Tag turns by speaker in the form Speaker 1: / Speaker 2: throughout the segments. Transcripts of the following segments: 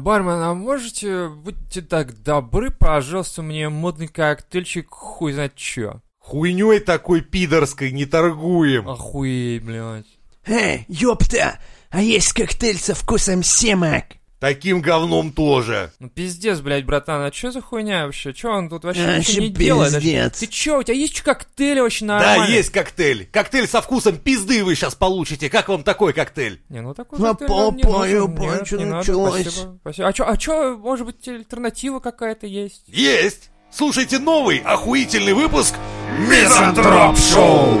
Speaker 1: бармен, а можете, будьте так добры, пожалуйста, мне модный коктейльчик хуй знает чё.
Speaker 2: Хуйней такой пидорской не торгуем.
Speaker 1: Охуеть, блядь.
Speaker 3: Эй, Э, ёпта, а есть коктейль со вкусом семок?
Speaker 2: Таким говном тоже.
Speaker 1: Ну пиздец, блядь, братан, а чё за хуйня вообще? Чё он тут вообще
Speaker 3: А,
Speaker 1: ничего не
Speaker 3: щи-
Speaker 1: делает? даже?
Speaker 3: пиздец.
Speaker 1: Ты чё, у тебя есть чё коктейли вообще
Speaker 2: Да,
Speaker 1: нормальные?
Speaker 2: есть коктейль. Коктейль со вкусом пизды вы сейчас получите. Как вам такой коктейль?
Speaker 1: Не, ну такой
Speaker 3: Ну,
Speaker 1: коктейль нам не
Speaker 3: папа,
Speaker 1: нужен.
Speaker 3: ебать,
Speaker 1: Нет,
Speaker 3: чё
Speaker 1: не надо,
Speaker 3: началось?
Speaker 1: спасибо, спасибо. А чё, а чё, может быть, альтернатива какая-то есть?
Speaker 2: Есть. Слушайте новый охуительный выпуск Мизантроп Шоу.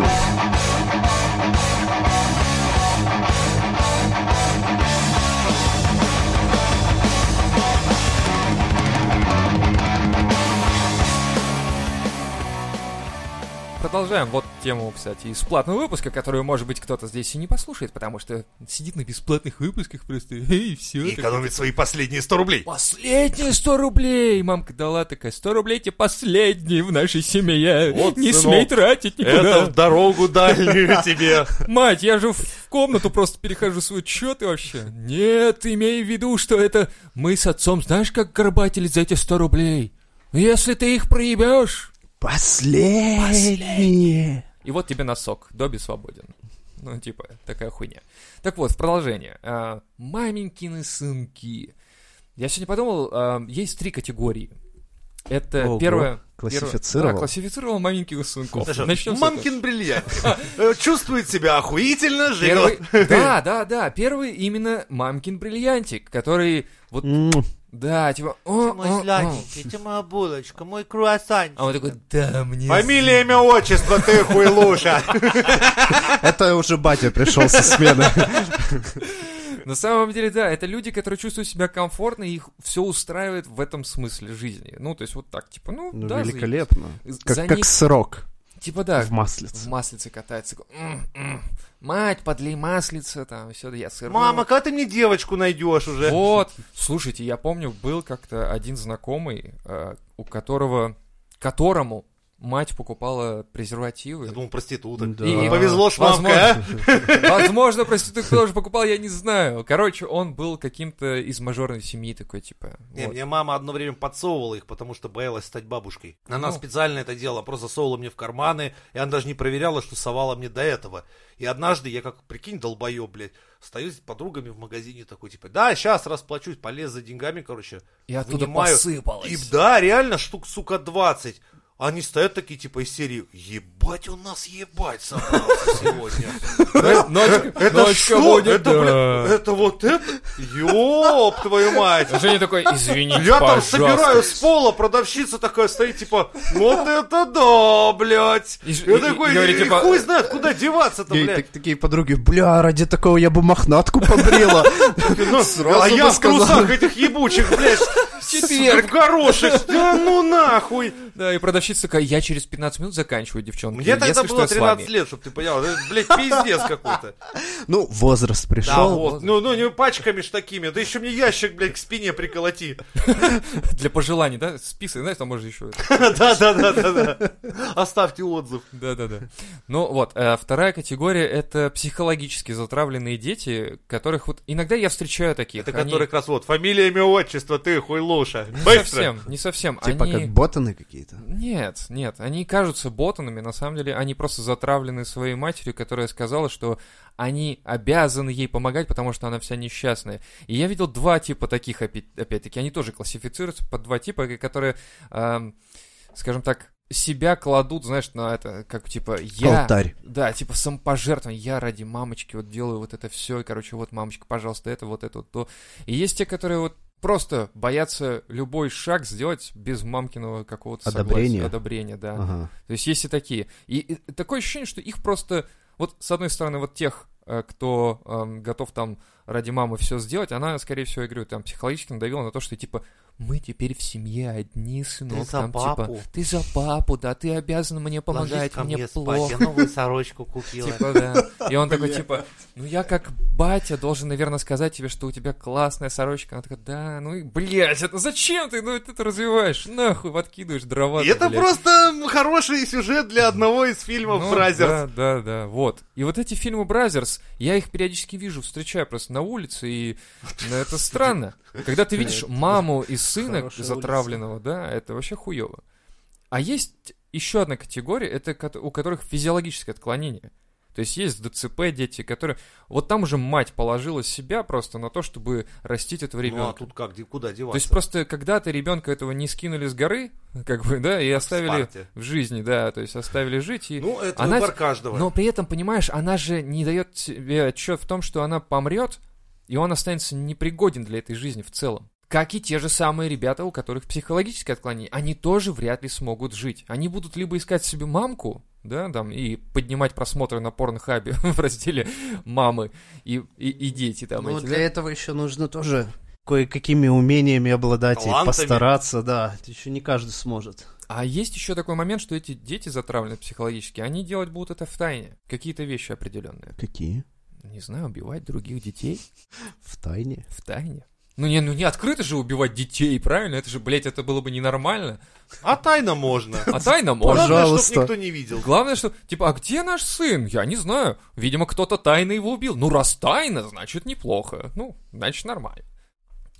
Speaker 1: Продолжаем вот тему, кстати, из платного выпуска, которую, может быть, кто-то здесь и не послушает, потому что сидит на бесплатных выпусках просто, и все.
Speaker 2: И экономит свои последние 100 рублей.
Speaker 1: Последние 100 рублей! Мамка дала такая, 100 рублей тебе последние в нашей семье.
Speaker 2: Вот,
Speaker 1: не
Speaker 2: сынок,
Speaker 1: смей тратить
Speaker 2: Это
Speaker 1: никуда.
Speaker 2: в дорогу дальнюю тебе.
Speaker 1: Мать, я же в комнату просто перехожу свой чё ты вообще. Нет, имей в виду, что это мы с отцом знаешь, как горбатили за эти 100 рублей. Если ты их проебешь...
Speaker 3: Последние.
Speaker 1: И вот тебе носок, Добби свободен. Ну, типа, такая хуйня. Так вот, в продолжение. А, Маменькины сынки. Я сегодня подумал, а, есть три категории. Это
Speaker 3: Ого,
Speaker 1: первое...
Speaker 3: классифицировал.
Speaker 1: Да, классифицировал маменьких сынков.
Speaker 2: Слушай,
Speaker 1: Начнем с
Speaker 2: Мамкин бриллиант. Э, Чувствует себя охуительно,
Speaker 1: этого.
Speaker 2: живет.
Speaker 1: Первый- Да, да, да. Первый именно мамкин бриллиантик, который вот... Да, типа... «О,
Speaker 4: Ты мой
Speaker 1: о, о».
Speaker 4: сладенький, ты моя булочка, мой круассанчик.
Speaker 1: А он такой, да, мне...
Speaker 2: Фамилия, имя, отчество, ты хуйлуша.
Speaker 3: Это уже батя пришел со смены.
Speaker 1: На самом деле, да, это люди, которые чувствуют себя комфортно, и их все устраивает в этом смысле жизни. Ну, то есть вот так, типа, ну,
Speaker 3: Ну,
Speaker 1: да, заебись.
Speaker 3: великолепно.
Speaker 1: За
Speaker 3: Как, как
Speaker 1: них,
Speaker 3: сырок
Speaker 1: типа, да,
Speaker 5: Э,
Speaker 3: в маслице.
Speaker 1: в маслице катается. М, м, Мать, подлей маслица, там, все, я сыр.
Speaker 2: Мама, когда ты мне девочку найдешь уже?
Speaker 1: Вот, слушайте, я помню, был как-то один знакомый, э, у которого, которому мать покупала презервативы.
Speaker 2: Я думал, проституток.
Speaker 3: Да.
Speaker 1: И-
Speaker 2: Повезло ж мамка,
Speaker 1: возможно. Возможно, проституток тоже покупал, я не знаю. Короче, он был каким-то из мажорной семьи такой, типа.
Speaker 2: Не,
Speaker 1: вот.
Speaker 2: мне мама одно время подсовывала их, потому что боялась стать бабушкой. Она
Speaker 1: Ну.
Speaker 2: специально это делала, просто совала мне в карманы, и она даже не проверяла, что совала мне до этого. И однажды я как, прикинь, долбоеб, блядь, стою с подругами в магазине такой, типа, да, сейчас расплачусь, полез за деньгами, короче.
Speaker 1: И оттуда
Speaker 2: Вынимаю.
Speaker 1: посыпалось.
Speaker 2: И да, реально штук, сука, 20. Они стоят такие, типа, из серии, ебать, он нас ебать собрался сегодня. Это что? Это, бля, это вот это? Ёб твою мать!
Speaker 1: Женя такой, извините,
Speaker 2: Я там
Speaker 1: пожалуйста».
Speaker 2: собираю с пола, продавщица такая стоит, типа, вот это да, блядь.
Speaker 1: И ж-
Speaker 2: Я
Speaker 1: и-
Speaker 2: такой,
Speaker 1: и говорит,
Speaker 2: «И
Speaker 1: типа,
Speaker 2: хуй знает, куда деваться-то,
Speaker 5: ну,
Speaker 3: И
Speaker 2: блядь.
Speaker 3: так- такие подруги, бля, ради такого я бы мохнатку побрила.
Speaker 2: Ну,
Speaker 3: сразу
Speaker 2: а
Speaker 3: бы
Speaker 2: я в
Speaker 3: сказал.
Speaker 2: трусах этих ебучих, блядь, в
Speaker 1: четверг.
Speaker 2: в горошек. Да ну нахуй.
Speaker 1: Да, и продавщица такая, я через 15 минут заканчиваю, девчонки.
Speaker 2: Мне тогда
Speaker 1: если
Speaker 2: было
Speaker 1: что, я с вами».
Speaker 2: 13 лет, чтобы ты понял. Это, блядь, пиздец какой-то.
Speaker 3: Ну, возраст
Speaker 2: Да,
Speaker 3: пришел.
Speaker 2: вот. Ну, ну, не пачками ж такими. Да еще мне ящик, блядь, к спине приколоти.
Speaker 1: Для пожеланий, да? Список, знаешь, там можно еще...
Speaker 2: Да-да-да-да. Оставьте отзыв.
Speaker 1: Да-да-да. Ну вот, э, вторая категория — это психологически затравленные дети, которых вот... Иногда я встречаю таких.
Speaker 2: Это
Speaker 1: Они
Speaker 2: который как раз вот. Фамилия, имя, отчество, ты хуйлуша.
Speaker 1: Не
Speaker 2: Быстро.
Speaker 1: совсем, не совсем.
Speaker 3: Типа
Speaker 1: Они-
Speaker 3: как ботаны какие-то.
Speaker 1: Нет, нет, они кажутся ботанами, на самом деле они просто затравлены своей матерью, которая сказала, что они обязаны ей помогать, потому что она вся несчастная. И я видел два типа таких, опи- опять-таки, они тоже классифицируются под два типа, и которые, эм, скажем так, себя кладут, знаешь, на это, как типа я...
Speaker 3: Алтарь.
Speaker 1: Да, типа самопожертвование. Я ради мамочки вот делаю вот это все. И, короче, вот мамочка, пожалуйста, это, вот это, вот то. И есть те, которые вот просто боятся любой шаг сделать без мамкиного какого-то согласия,
Speaker 3: Одобрения.
Speaker 1: Одобрения, да.
Speaker 3: Ага.
Speaker 1: То есть есть и такие. И, и такое ощущение, что их просто... Вот, с одной стороны, вот тех, э, кто эм, готов там ради мамы все сделать, она, скорее всего, я говорю, там психологически надавила на то, что типа мы теперь в семье одни,
Speaker 2: Ну,
Speaker 1: сынок,
Speaker 4: за
Speaker 1: там
Speaker 4: папу.
Speaker 1: типа, ты за папу, да, ты обязан мне
Speaker 4: Ложись
Speaker 1: помогать,
Speaker 4: ко
Speaker 1: мне
Speaker 4: мне спать, я
Speaker 1: плохо.
Speaker 4: новую сорочку купила.
Speaker 1: Типа, да. И он такой, типа, ну я как батя должен, наверное, сказать тебе, что у тебя классная сорочка. Она такая, да, ну и, блядь, это зачем ты, ну это ты развиваешь, нахуй, подкидываешь дрова.
Speaker 2: И это
Speaker 1: блядь».
Speaker 2: просто хороший сюжет для одного из фильмов
Speaker 1: Ну,
Speaker 2: «Бразерс».
Speaker 1: Да, да, да, вот. И вот эти фильмы Бразерс, я их периодически вижу, встречаю просто на улице, и ну, это странно. Когда ты видишь маму и сына
Speaker 5: Хорошая
Speaker 1: затравленного, да, это вообще хуево. А есть еще одна категория, это кот- у которых физиологическое отклонение. То есть есть ДЦП дети, которые... Вот там уже мать положила себя просто на то, чтобы растить этого
Speaker 2: Ну а
Speaker 1: ребенка.
Speaker 2: тут как, де-
Speaker 1: То
Speaker 2: куда
Speaker 1: есть
Speaker 2: деваться?
Speaker 1: просто когда-то ребенка этого не скинули с горы, как бы, да, и оставили
Speaker 2: Спарте.
Speaker 1: в жизни, да, то есть оставили жить и...
Speaker 2: Ну, это
Speaker 1: Она-
Speaker 2: выбор каждого.
Speaker 1: Но при этом, понимаешь, она же не дает себе отчет в том, что она помрет, и он останется непригоден для этой жизни в целом. Как и те же самые ребята, у которых психологическое отклонение, они тоже вряд ли смогут жить. Они будут либо искать себе мамку, да, там, и поднимать просмотры на порнхабе в разделе мамы и, и, и дети там
Speaker 5: Ну,
Speaker 1: эти,
Speaker 5: для
Speaker 1: да?
Speaker 5: этого еще нужно тоже кое-какими умениями обладать
Speaker 2: Талантами.
Speaker 5: и постараться, да. Это еще не каждый сможет.
Speaker 1: А есть еще такой момент, что эти дети затравлены психологически, они делать будут это в тайне. Какие-то вещи определенные.
Speaker 5: Какие?
Speaker 1: Не знаю, убивать других детей.
Speaker 5: В тайне.
Speaker 1: В тайне? Ну не, ну не открыто же убивать детей, правильно? Это же, блядь, это было бы ненормально.
Speaker 2: А тайно можно.
Speaker 1: А тайно можно.
Speaker 2: Главное,
Speaker 5: Пожалуйста.
Speaker 2: чтобы никто не видел.
Speaker 1: Главное, что, типа, а где наш сын? Я не знаю. Видимо, кто-то тайно его убил. Ну, раз тайно, значит, неплохо. Ну, значит, нормально.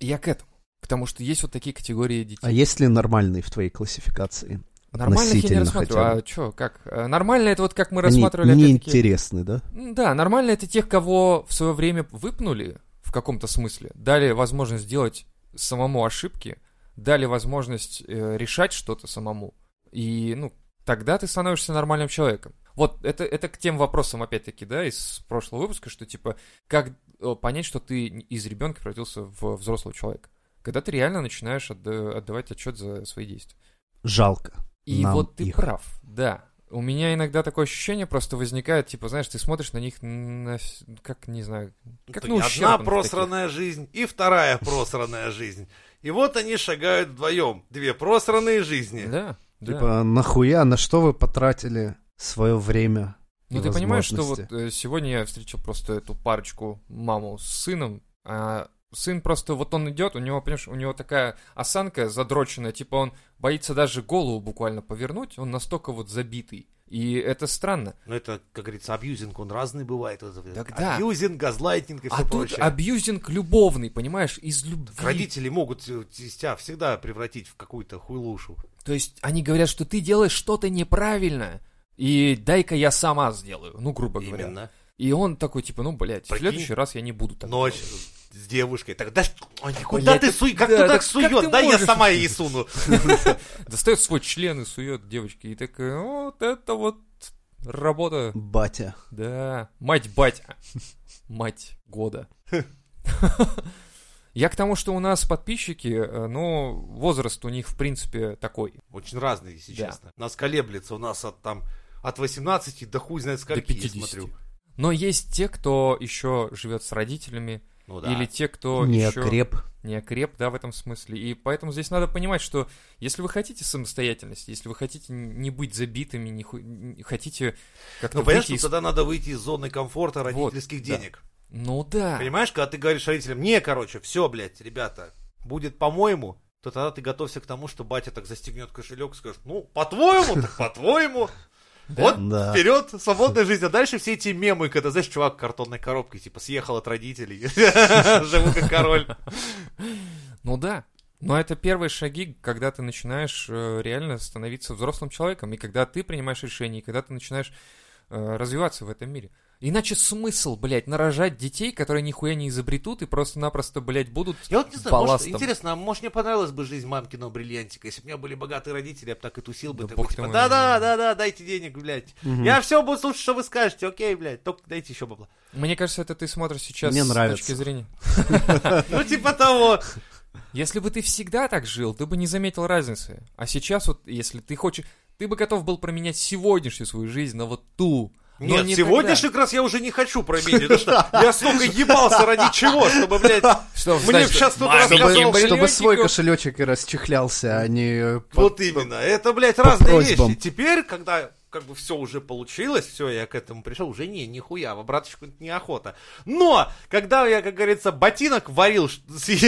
Speaker 1: Я к этому. К тому, что есть вот такие категории детей.
Speaker 5: А есть ли нормальные в твоей классификации?
Speaker 1: Нормальных я не
Speaker 5: относительно
Speaker 1: рассматриваю.
Speaker 5: хотя бы.
Speaker 1: А что, как? Э, Нормально это вот как мы
Speaker 5: Они
Speaker 1: рассматривали... опять-таки-
Speaker 5: неинтересны, да?
Speaker 1: М, Да, нормально это тех, кого в свое время выпнули в каком-то смысле, дали возможность делать самому ошибки, дали возможность э, решать что-то самому. И, ну, тогда ты становишься нормальным человеком. Вот это, это к тем вопросам, опять-таки, да, из прошлого выпуска, что, типа, как э, понять, что ты из ребенка превратился в взрослого человека? Когда ты реально начинаешь отда- отдавать отчет за свои действия.
Speaker 5: Жалко.
Speaker 1: И
Speaker 5: Нам
Speaker 1: вот ты
Speaker 5: их.
Speaker 1: прав, да. У меня иногда такое ощущение просто возникает, типа, знаешь, ты смотришь на них, на с- как, не знаю, как
Speaker 2: Это
Speaker 1: на
Speaker 2: и Одна
Speaker 1: ущербных
Speaker 2: просранная жизнь и вторая просранная жизнь. И вот они шагают вдвоем. Две просранные жизни.
Speaker 1: таких. Да, да.
Speaker 5: Типа, нахуя, на что вы потратили свое время?
Speaker 1: ну
Speaker 5: и
Speaker 1: ты понимаешь, что вот
Speaker 5: возможности?
Speaker 1: э, сегодня я встретил просто эту парочку, маму с сыном, а сын просто, вот он идет, у него, понимаешь, у него такая осанка задроченная, типа он боится даже голову буквально повернуть, он настолько вот забитый. И это странно.
Speaker 2: Ну, это, как говорится, абьюзинг, он разный бывает. Вот это
Speaker 1: Так да.
Speaker 2: Абьюзинг, газлайтинг и все
Speaker 1: а тут
Speaker 2: прочее.
Speaker 1: абьюзинг любовный, понимаешь, из любви.
Speaker 2: Родители могут э, тебя всегда превратить в какую-то хуйлушу.
Speaker 1: То есть они говорят, что ты делаешь что-то неправильно, и дай-ка я сама сделаю, ну, грубо говоря.
Speaker 2: Именно.
Speaker 1: И он такой, типа, ну, блядь, в
Speaker 2: Прикинь,
Speaker 1: следующий раз я не буду так
Speaker 2: Ночь
Speaker 1: делать.
Speaker 2: с девушкой. Тогда куда
Speaker 1: Блядь,
Speaker 2: ты
Speaker 1: это-
Speaker 2: суешь? Как
Speaker 1: да,
Speaker 2: ты
Speaker 1: так
Speaker 2: так
Speaker 1: как
Speaker 2: суешь?
Speaker 1: ты
Speaker 2: Да я
Speaker 1: можешь?
Speaker 2: сама ей суну.
Speaker 1: Достает свой член и сует девочке, и такая, вот это вот работа,
Speaker 5: Батя.
Speaker 1: да, мать-бать, мать года. Я к тому, что у нас подписчики, э, ну, возраст у них, в принципе, такой,
Speaker 2: Очень разные, если
Speaker 1: Да.
Speaker 2: честно. Нас колеблется. У нас от там от 18 до хуй знает скольки,
Speaker 1: до
Speaker 2: я
Speaker 1: 50.
Speaker 2: смотрю.
Speaker 1: Но есть те, кто еще живет с родителями,
Speaker 2: Ну да.
Speaker 1: или те, кто
Speaker 5: не
Speaker 1: еще...
Speaker 5: окреп.
Speaker 1: не окреп, да, в этом смысле. И поэтому здесь надо понимать, что если вы хотите самостоятельности, если вы хотите н- не быть забитыми, не, ху- не хотите как-то
Speaker 2: Ну, понимаешь,
Speaker 1: выйти
Speaker 2: что
Speaker 1: из-
Speaker 2: тогда надо выйти из зоны комфорта родительских
Speaker 1: да.
Speaker 2: денег.
Speaker 1: Ну да.
Speaker 2: Понимаешь, когда ты говоришь родителям, не, короче, все, блядь, ребята, будет по-моему, то тогда ты готовься к тому, что батя так застегнет кошелек и скажет, ну, по-твоему, так по-твоему. Вот,
Speaker 5: Да.
Speaker 2: вперед, свободная жизнь. А дальше все эти мемы, когда, знаешь, чувак в картонной коробке, типа, съехал от родителей, живу как король.
Speaker 1: Ну да. Но это первые шаги, когда ты начинаешь э, реально становиться взрослым человеком, и когда ты принимаешь решения, и когда ты начинаешь э, развиваться в этом мире. Иначе смысл, блядь, нарожать детей, которые нихуя не изобретут и просто-напросто, блядь, будут
Speaker 2: Я вот не знаю, может,
Speaker 1: балластом.
Speaker 2: интересно, а может, мне понравилась бы жизнь мамкиного бриллиантика, если бы у меня были богатые родители, я бы так и тусил бы.
Speaker 1: Да
Speaker 2: такой,
Speaker 1: бог ты
Speaker 2: типа,
Speaker 1: мой.
Speaker 2: да-да, да-да, дайте денег, блядь. Я все буду слушать, что вы скажете, окей, блядь, только дайте еще бабла.
Speaker 1: Мне кажется, это ты смотришь сейчас
Speaker 5: Мне
Speaker 1: с
Speaker 5: нравится.
Speaker 1: точки зрения.
Speaker 2: Ну, типа того.
Speaker 1: Если бы ты всегда так жил, ты бы не заметил разницы. А сейчас вот, если ты хочешь... Ты бы готов был променять сегодняшнюю свою жизнь на вот ту. Но
Speaker 2: Нет,
Speaker 1: не
Speaker 2: сегодняшний раз я уже не хочу променить, потому что я столько ебался ради чего, чтобы, блядь,
Speaker 1: Что,
Speaker 2: мне
Speaker 1: значит,
Speaker 2: сейчас тут
Speaker 1: маме
Speaker 2: рассказал,
Speaker 1: Кошелёчек.
Speaker 5: Чтобы свой кошелечек и расчехлялся, а не...
Speaker 2: Вот именно. Это, блядь, разные
Speaker 5: просьбам.
Speaker 2: вещи. Теперь, когда как бы все уже получилось, все, я к этому пришел, уже не, нихуя, в обраточку неохота. Но, когда я, как говорится, ботинок варил, ш-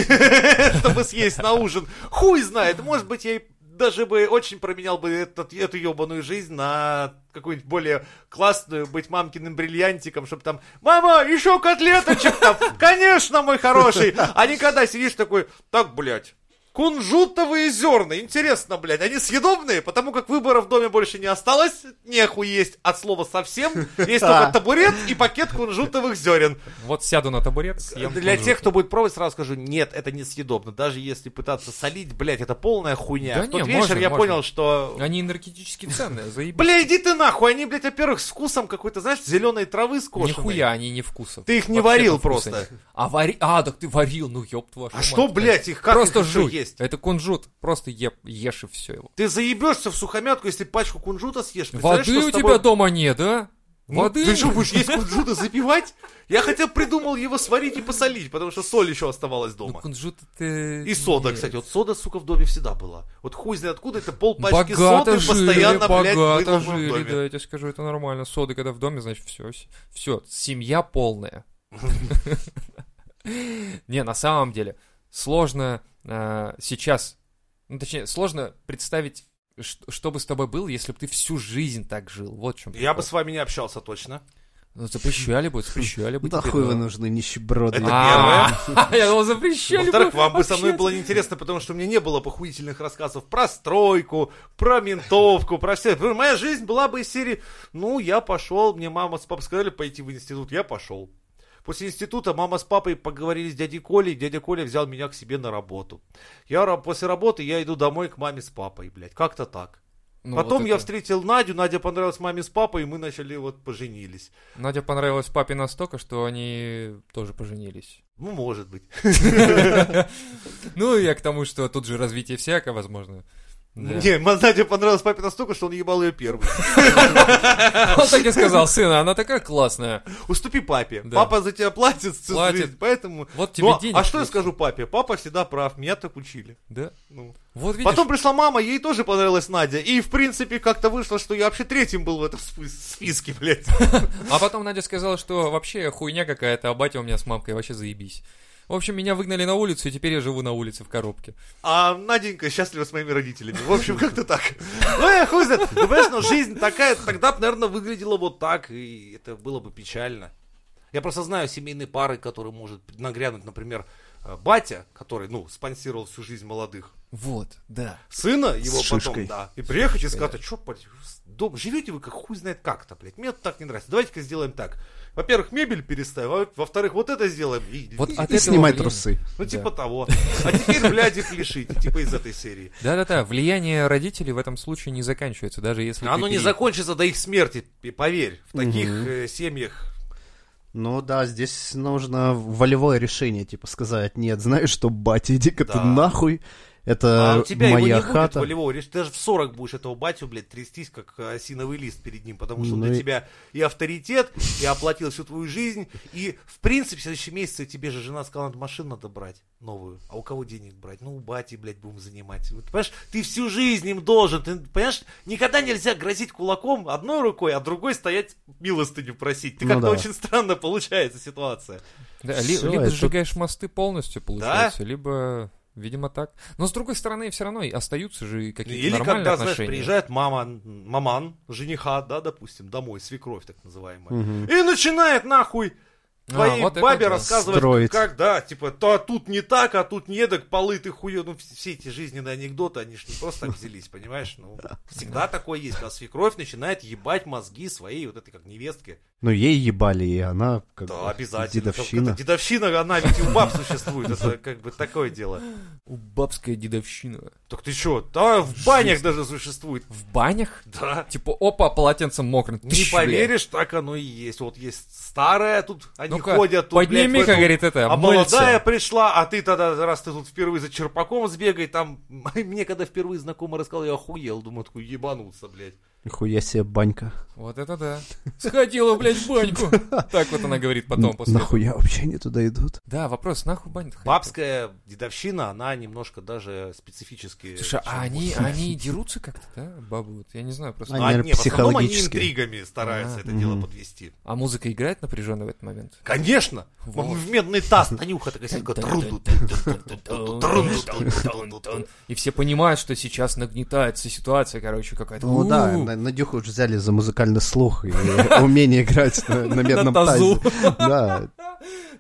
Speaker 2: с- чтобы съесть на ужин, хуй знает, может быть, я и даже бы очень променял бы этот, эту ебаную жизнь на какую-нибудь более классную, быть мамкиным бриллиантиком, чтобы там, мама, еще котлеточек там, конечно, мой хороший, а не когда сидишь такой, так, блядь, Кунжутовые зерна. Интересно, блядь, они съедобные, потому как выбора в доме больше не осталось. Неху есть от слова совсем. Есть только табурет и пакет кунжутовых зерен.
Speaker 1: Вот сяду на табурет, съем
Speaker 2: Для
Speaker 1: кунжут.
Speaker 2: тех, кто будет пробовать, сразу скажу, нет, это не съедобно. Даже если пытаться солить, блядь, это полная хуйня.
Speaker 1: Да
Speaker 2: в тот
Speaker 1: не,
Speaker 2: вечер
Speaker 1: можно,
Speaker 2: я
Speaker 1: можно.
Speaker 2: понял, что...
Speaker 1: Они энергетически ценные, заебись.
Speaker 2: Бля, иди ты нахуй, они, блядь, во-первых, с вкусом какой-то, знаешь, зеленой травы скошенной.
Speaker 1: Нихуя они не вкусов.
Speaker 2: Ты их не
Speaker 1: Вообще-то
Speaker 2: варил
Speaker 1: вкуса
Speaker 2: просто.
Speaker 1: нет. А вари... А, так ты варил, ну ёб твою
Speaker 2: А
Speaker 1: мать.
Speaker 2: что, блядь, их как
Speaker 1: Просто
Speaker 2: их еще
Speaker 1: жуй.
Speaker 2: есть?
Speaker 1: Это кунжут. Просто еб- ешь и все его.
Speaker 2: Ты заебешься в сухомятку, если пачку кунжута съешь. Представляешь,
Speaker 1: Воды
Speaker 2: что
Speaker 1: у
Speaker 2: с тобой
Speaker 1: тебя дома нет, а?
Speaker 2: Ну,
Speaker 1: Воды?
Speaker 2: Ты что, будешь есть кунжута запивать? Я хотя бы придумал его сварить и посолить, потому что соль еще оставалась
Speaker 1: Ну,
Speaker 2: дома.
Speaker 1: кунжут это...
Speaker 2: И сода,
Speaker 1: нет.
Speaker 2: кстати. Вот сода, сука, в доме всегда была. Вот хуй знает откуда, это пол пачки
Speaker 1: Богато
Speaker 2: соды
Speaker 1: жили,
Speaker 2: постоянно, блядь, было
Speaker 1: богато
Speaker 2: в
Speaker 1: жили, да,
Speaker 2: доме.
Speaker 1: я тебе скажу, это нормально. Соды, когда в доме, значит, все, все, семья полная. Не, на самом деле, сложно э, сейчас, ну, точнее, сложно представить, ш- что бы с тобой было, если бы ты всю жизнь так жил. Вот в чем
Speaker 2: Я бы
Speaker 1: прикол.
Speaker 2: с вами не общался точно.
Speaker 1: Ну, запрещали бы, запрещали бы.
Speaker 5: Да
Speaker 1: теперь,
Speaker 5: хуй
Speaker 1: да.
Speaker 5: вы нужны, нищеброды.
Speaker 2: Это
Speaker 1: А, Я думал, запрещали бы.
Speaker 2: Во-вторых, вам бы со мной
Speaker 1: общаться.
Speaker 2: было неинтересно, потому что мне не было похуительных рассказов про стройку, про ментовку, про все. Моя жизнь была бы из серии «Ну, я пошел, мне мама с папой сказали пойти в институт, я пошел». После института мама с папой поговорили с дядей Колей, дядя Коля взял меня к себе на работу. Я ра- после работы я иду домой к маме с папой, блядь, как-то так.
Speaker 1: Ну,
Speaker 2: Потом
Speaker 1: вот
Speaker 2: я
Speaker 1: это.
Speaker 2: встретил Надю, Надя понравилась маме с папой, и мы начали вот поженились.
Speaker 1: Надя понравилась папе настолько, что они тоже поженились.
Speaker 2: Ну, может быть.
Speaker 1: Ну, я к тому, что тут же развитие всякое возможно. Да.
Speaker 2: Не, Надя понравилась папе настолько, что он ебал ее первым.
Speaker 1: Он так и сказал, сына, она такая классная.
Speaker 2: Уступи папе.
Speaker 1: Да.
Speaker 2: Папа за тебя платит всю
Speaker 1: Платит.
Speaker 2: жизнь, поэтому...
Speaker 1: Вот тебе
Speaker 2: Ну,
Speaker 1: денег.
Speaker 2: а что я
Speaker 1: есть.
Speaker 2: скажу папе? Папа всегда прав, меня так учили.
Speaker 1: Да.
Speaker 2: Ну.
Speaker 1: Вот видишь,
Speaker 2: Потом пришла мама, ей тоже понравилась Надя. И, в принципе, как-то вышло, что я вообще третьим был в этом спи- списке, блядь.
Speaker 1: а потом Надя сказала, что вообще хуйня какая-то, а батя у меня с мамкой, вообще заебись. В общем, меня выгнали на улицу, и теперь я живу на улице в коробке.
Speaker 2: А Наденька счастлива с моими родителями. В общем, как-то так. Ну, я хуй знает. Ну, понимаешь, ну, жизнь такая, тогда бы, наверное, выглядела вот так, и это было бы печально. Я просто знаю семейные пары, которые может нагрянуть, например, э, батя, который, ну, спонсировал всю жизнь молодых.
Speaker 1: Вот, да.
Speaker 2: сына его потом,
Speaker 5: шишкой.
Speaker 2: да, и приехать и сказать, а что, блядь, дом, живете вы как хуй знает как-то, блядь, мне это так не нравится, давайте-ка сделаем так. Во-первых, мебель переставим, а во-вторых, вот это сделаем. И,
Speaker 1: Вот
Speaker 2: и-
Speaker 1: от
Speaker 5: И
Speaker 1: этого
Speaker 5: снимай
Speaker 1: времени-
Speaker 5: трусы.
Speaker 2: ну,
Speaker 1: да.
Speaker 2: типа того. А теперь, блядь, их лишите, типа из этой серии.
Speaker 1: Да-да-да, влияние родителей в этом случае не заканчивается, даже если
Speaker 2: Оно
Speaker 1: ты
Speaker 2: не
Speaker 1: пере-
Speaker 2: закончится до их смерти, и поверь, в таких э, семьях.
Speaker 5: Ну да, здесь нужно волевое решение, типа сказать, нет, знаешь что, батя, иди-ка ты
Speaker 2: Да.
Speaker 5: нахуй, это
Speaker 2: А у тебя его
Speaker 5: моя
Speaker 2: не
Speaker 5: хата.
Speaker 2: будет волевого решения. Ты даже в 40 будешь этого батю, блядь, трястись, как осиновый лист перед ним, потому что он
Speaker 5: Ну
Speaker 2: для
Speaker 5: и-
Speaker 2: тебя и авторитет, и оплатил всю твою жизнь, и, в принципе, в следующем месяце тебе же жена сказала, надо машину надо брать новую, а у кого денег брать? Ну, у бати, блядь, будем занимать. Вот, понимаешь, ты всю жизнь им должен, ты, понимаешь, никогда нельзя грозить кулаком одной рукой, а другой стоять милостыню просить. Ты
Speaker 5: Ну
Speaker 2: как-то
Speaker 5: да.
Speaker 2: очень странно получается ситуация.
Speaker 1: Да, ли-
Speaker 5: Всё,
Speaker 1: либо
Speaker 5: это-
Speaker 1: сжигаешь мосты полностью, получается, либо, видимо, так. Но с другой стороны, все равно и остаются же и какие-то
Speaker 2: Или
Speaker 1: нормальные
Speaker 2: когда, знаешь,
Speaker 1: отношения.
Speaker 2: приезжает мама, маман, жениха, да, допустим, домой, свекровь так называемая,
Speaker 5: Мгм.
Speaker 2: и начинает нахуй
Speaker 1: А,
Speaker 2: твоей
Speaker 1: вот это
Speaker 2: бабе
Speaker 1: да.
Speaker 2: рассказывать,
Speaker 5: Строить.
Speaker 2: как, да, типа, то а тут не так, а тут не так, полы ты хуё, ну, вс- все эти жизненные анекдоты, они же не просто так взялись, понимаешь, ну, всегда такое есть, когда свекровь начинает ебать мозги своей вот этой как невестке,
Speaker 5: Ну ей ебали, и она как бы
Speaker 2: да, обязательно,
Speaker 5: дедовщина.
Speaker 2: Это дедовщина, она ведь и у баб существует, это как бы такое дело,
Speaker 1: У бабская дедовщина.
Speaker 2: так ты чё, да, в банях даже существует,
Speaker 1: В банях?
Speaker 2: да.
Speaker 1: Типа, опа, полотенцем мокрым.
Speaker 2: Не поверишь, так оно и есть. Вот есть старая, тут они
Speaker 1: Ну-ка,
Speaker 2: ходят, тут,
Speaker 1: подними,
Speaker 2: блядь, в
Speaker 1: как
Speaker 2: эту-
Speaker 1: говорит это,
Speaker 2: а
Speaker 1: мыльце.
Speaker 2: молодая пришла, а ты тогда, раз ты тут впервые за черпаком сбегай, там, мне когда впервые знакомый рассказал, я охуел, думаю, такой, ебануться, блядь.
Speaker 5: Нихуя себе банька.
Speaker 1: Вот это да. Сходила, блядь, в баньку. Так вот она говорит потом
Speaker 5: Н-
Speaker 1: после.
Speaker 5: Нахуя вообще они туда идут?
Speaker 1: Да, вопрос, нахуй баню
Speaker 2: Бабская дедовщина, она немножко даже специфически...
Speaker 1: Слушай, а
Speaker 2: чем
Speaker 1: они,
Speaker 2: больше.
Speaker 1: они дерутся как-то, да, бабы? Вот, я не знаю просто.
Speaker 5: Они,
Speaker 2: А,
Speaker 5: наверное,
Speaker 2: не, в основном они
Speaker 5: психологически.
Speaker 2: интригами стараются
Speaker 1: А,
Speaker 2: это дело
Speaker 5: мгм.
Speaker 2: подвести.
Speaker 1: А музыка играет напряженно в этот момент?
Speaker 2: Конечно!
Speaker 1: Вот.
Speaker 2: Моментный таз, Танюха такая сидит, такая, трунду, трунду, трунду, трунду, трунду.
Speaker 1: И все понимают, что сейчас нагнетается ситуация, короче, какая-то.
Speaker 5: Ну да,
Speaker 1: У-у-у.
Speaker 5: На- Надюху уж взяли за музыкальный слух и умение играть на на
Speaker 1: На
Speaker 5: медном
Speaker 1: тазу.
Speaker 5: тазе. Да,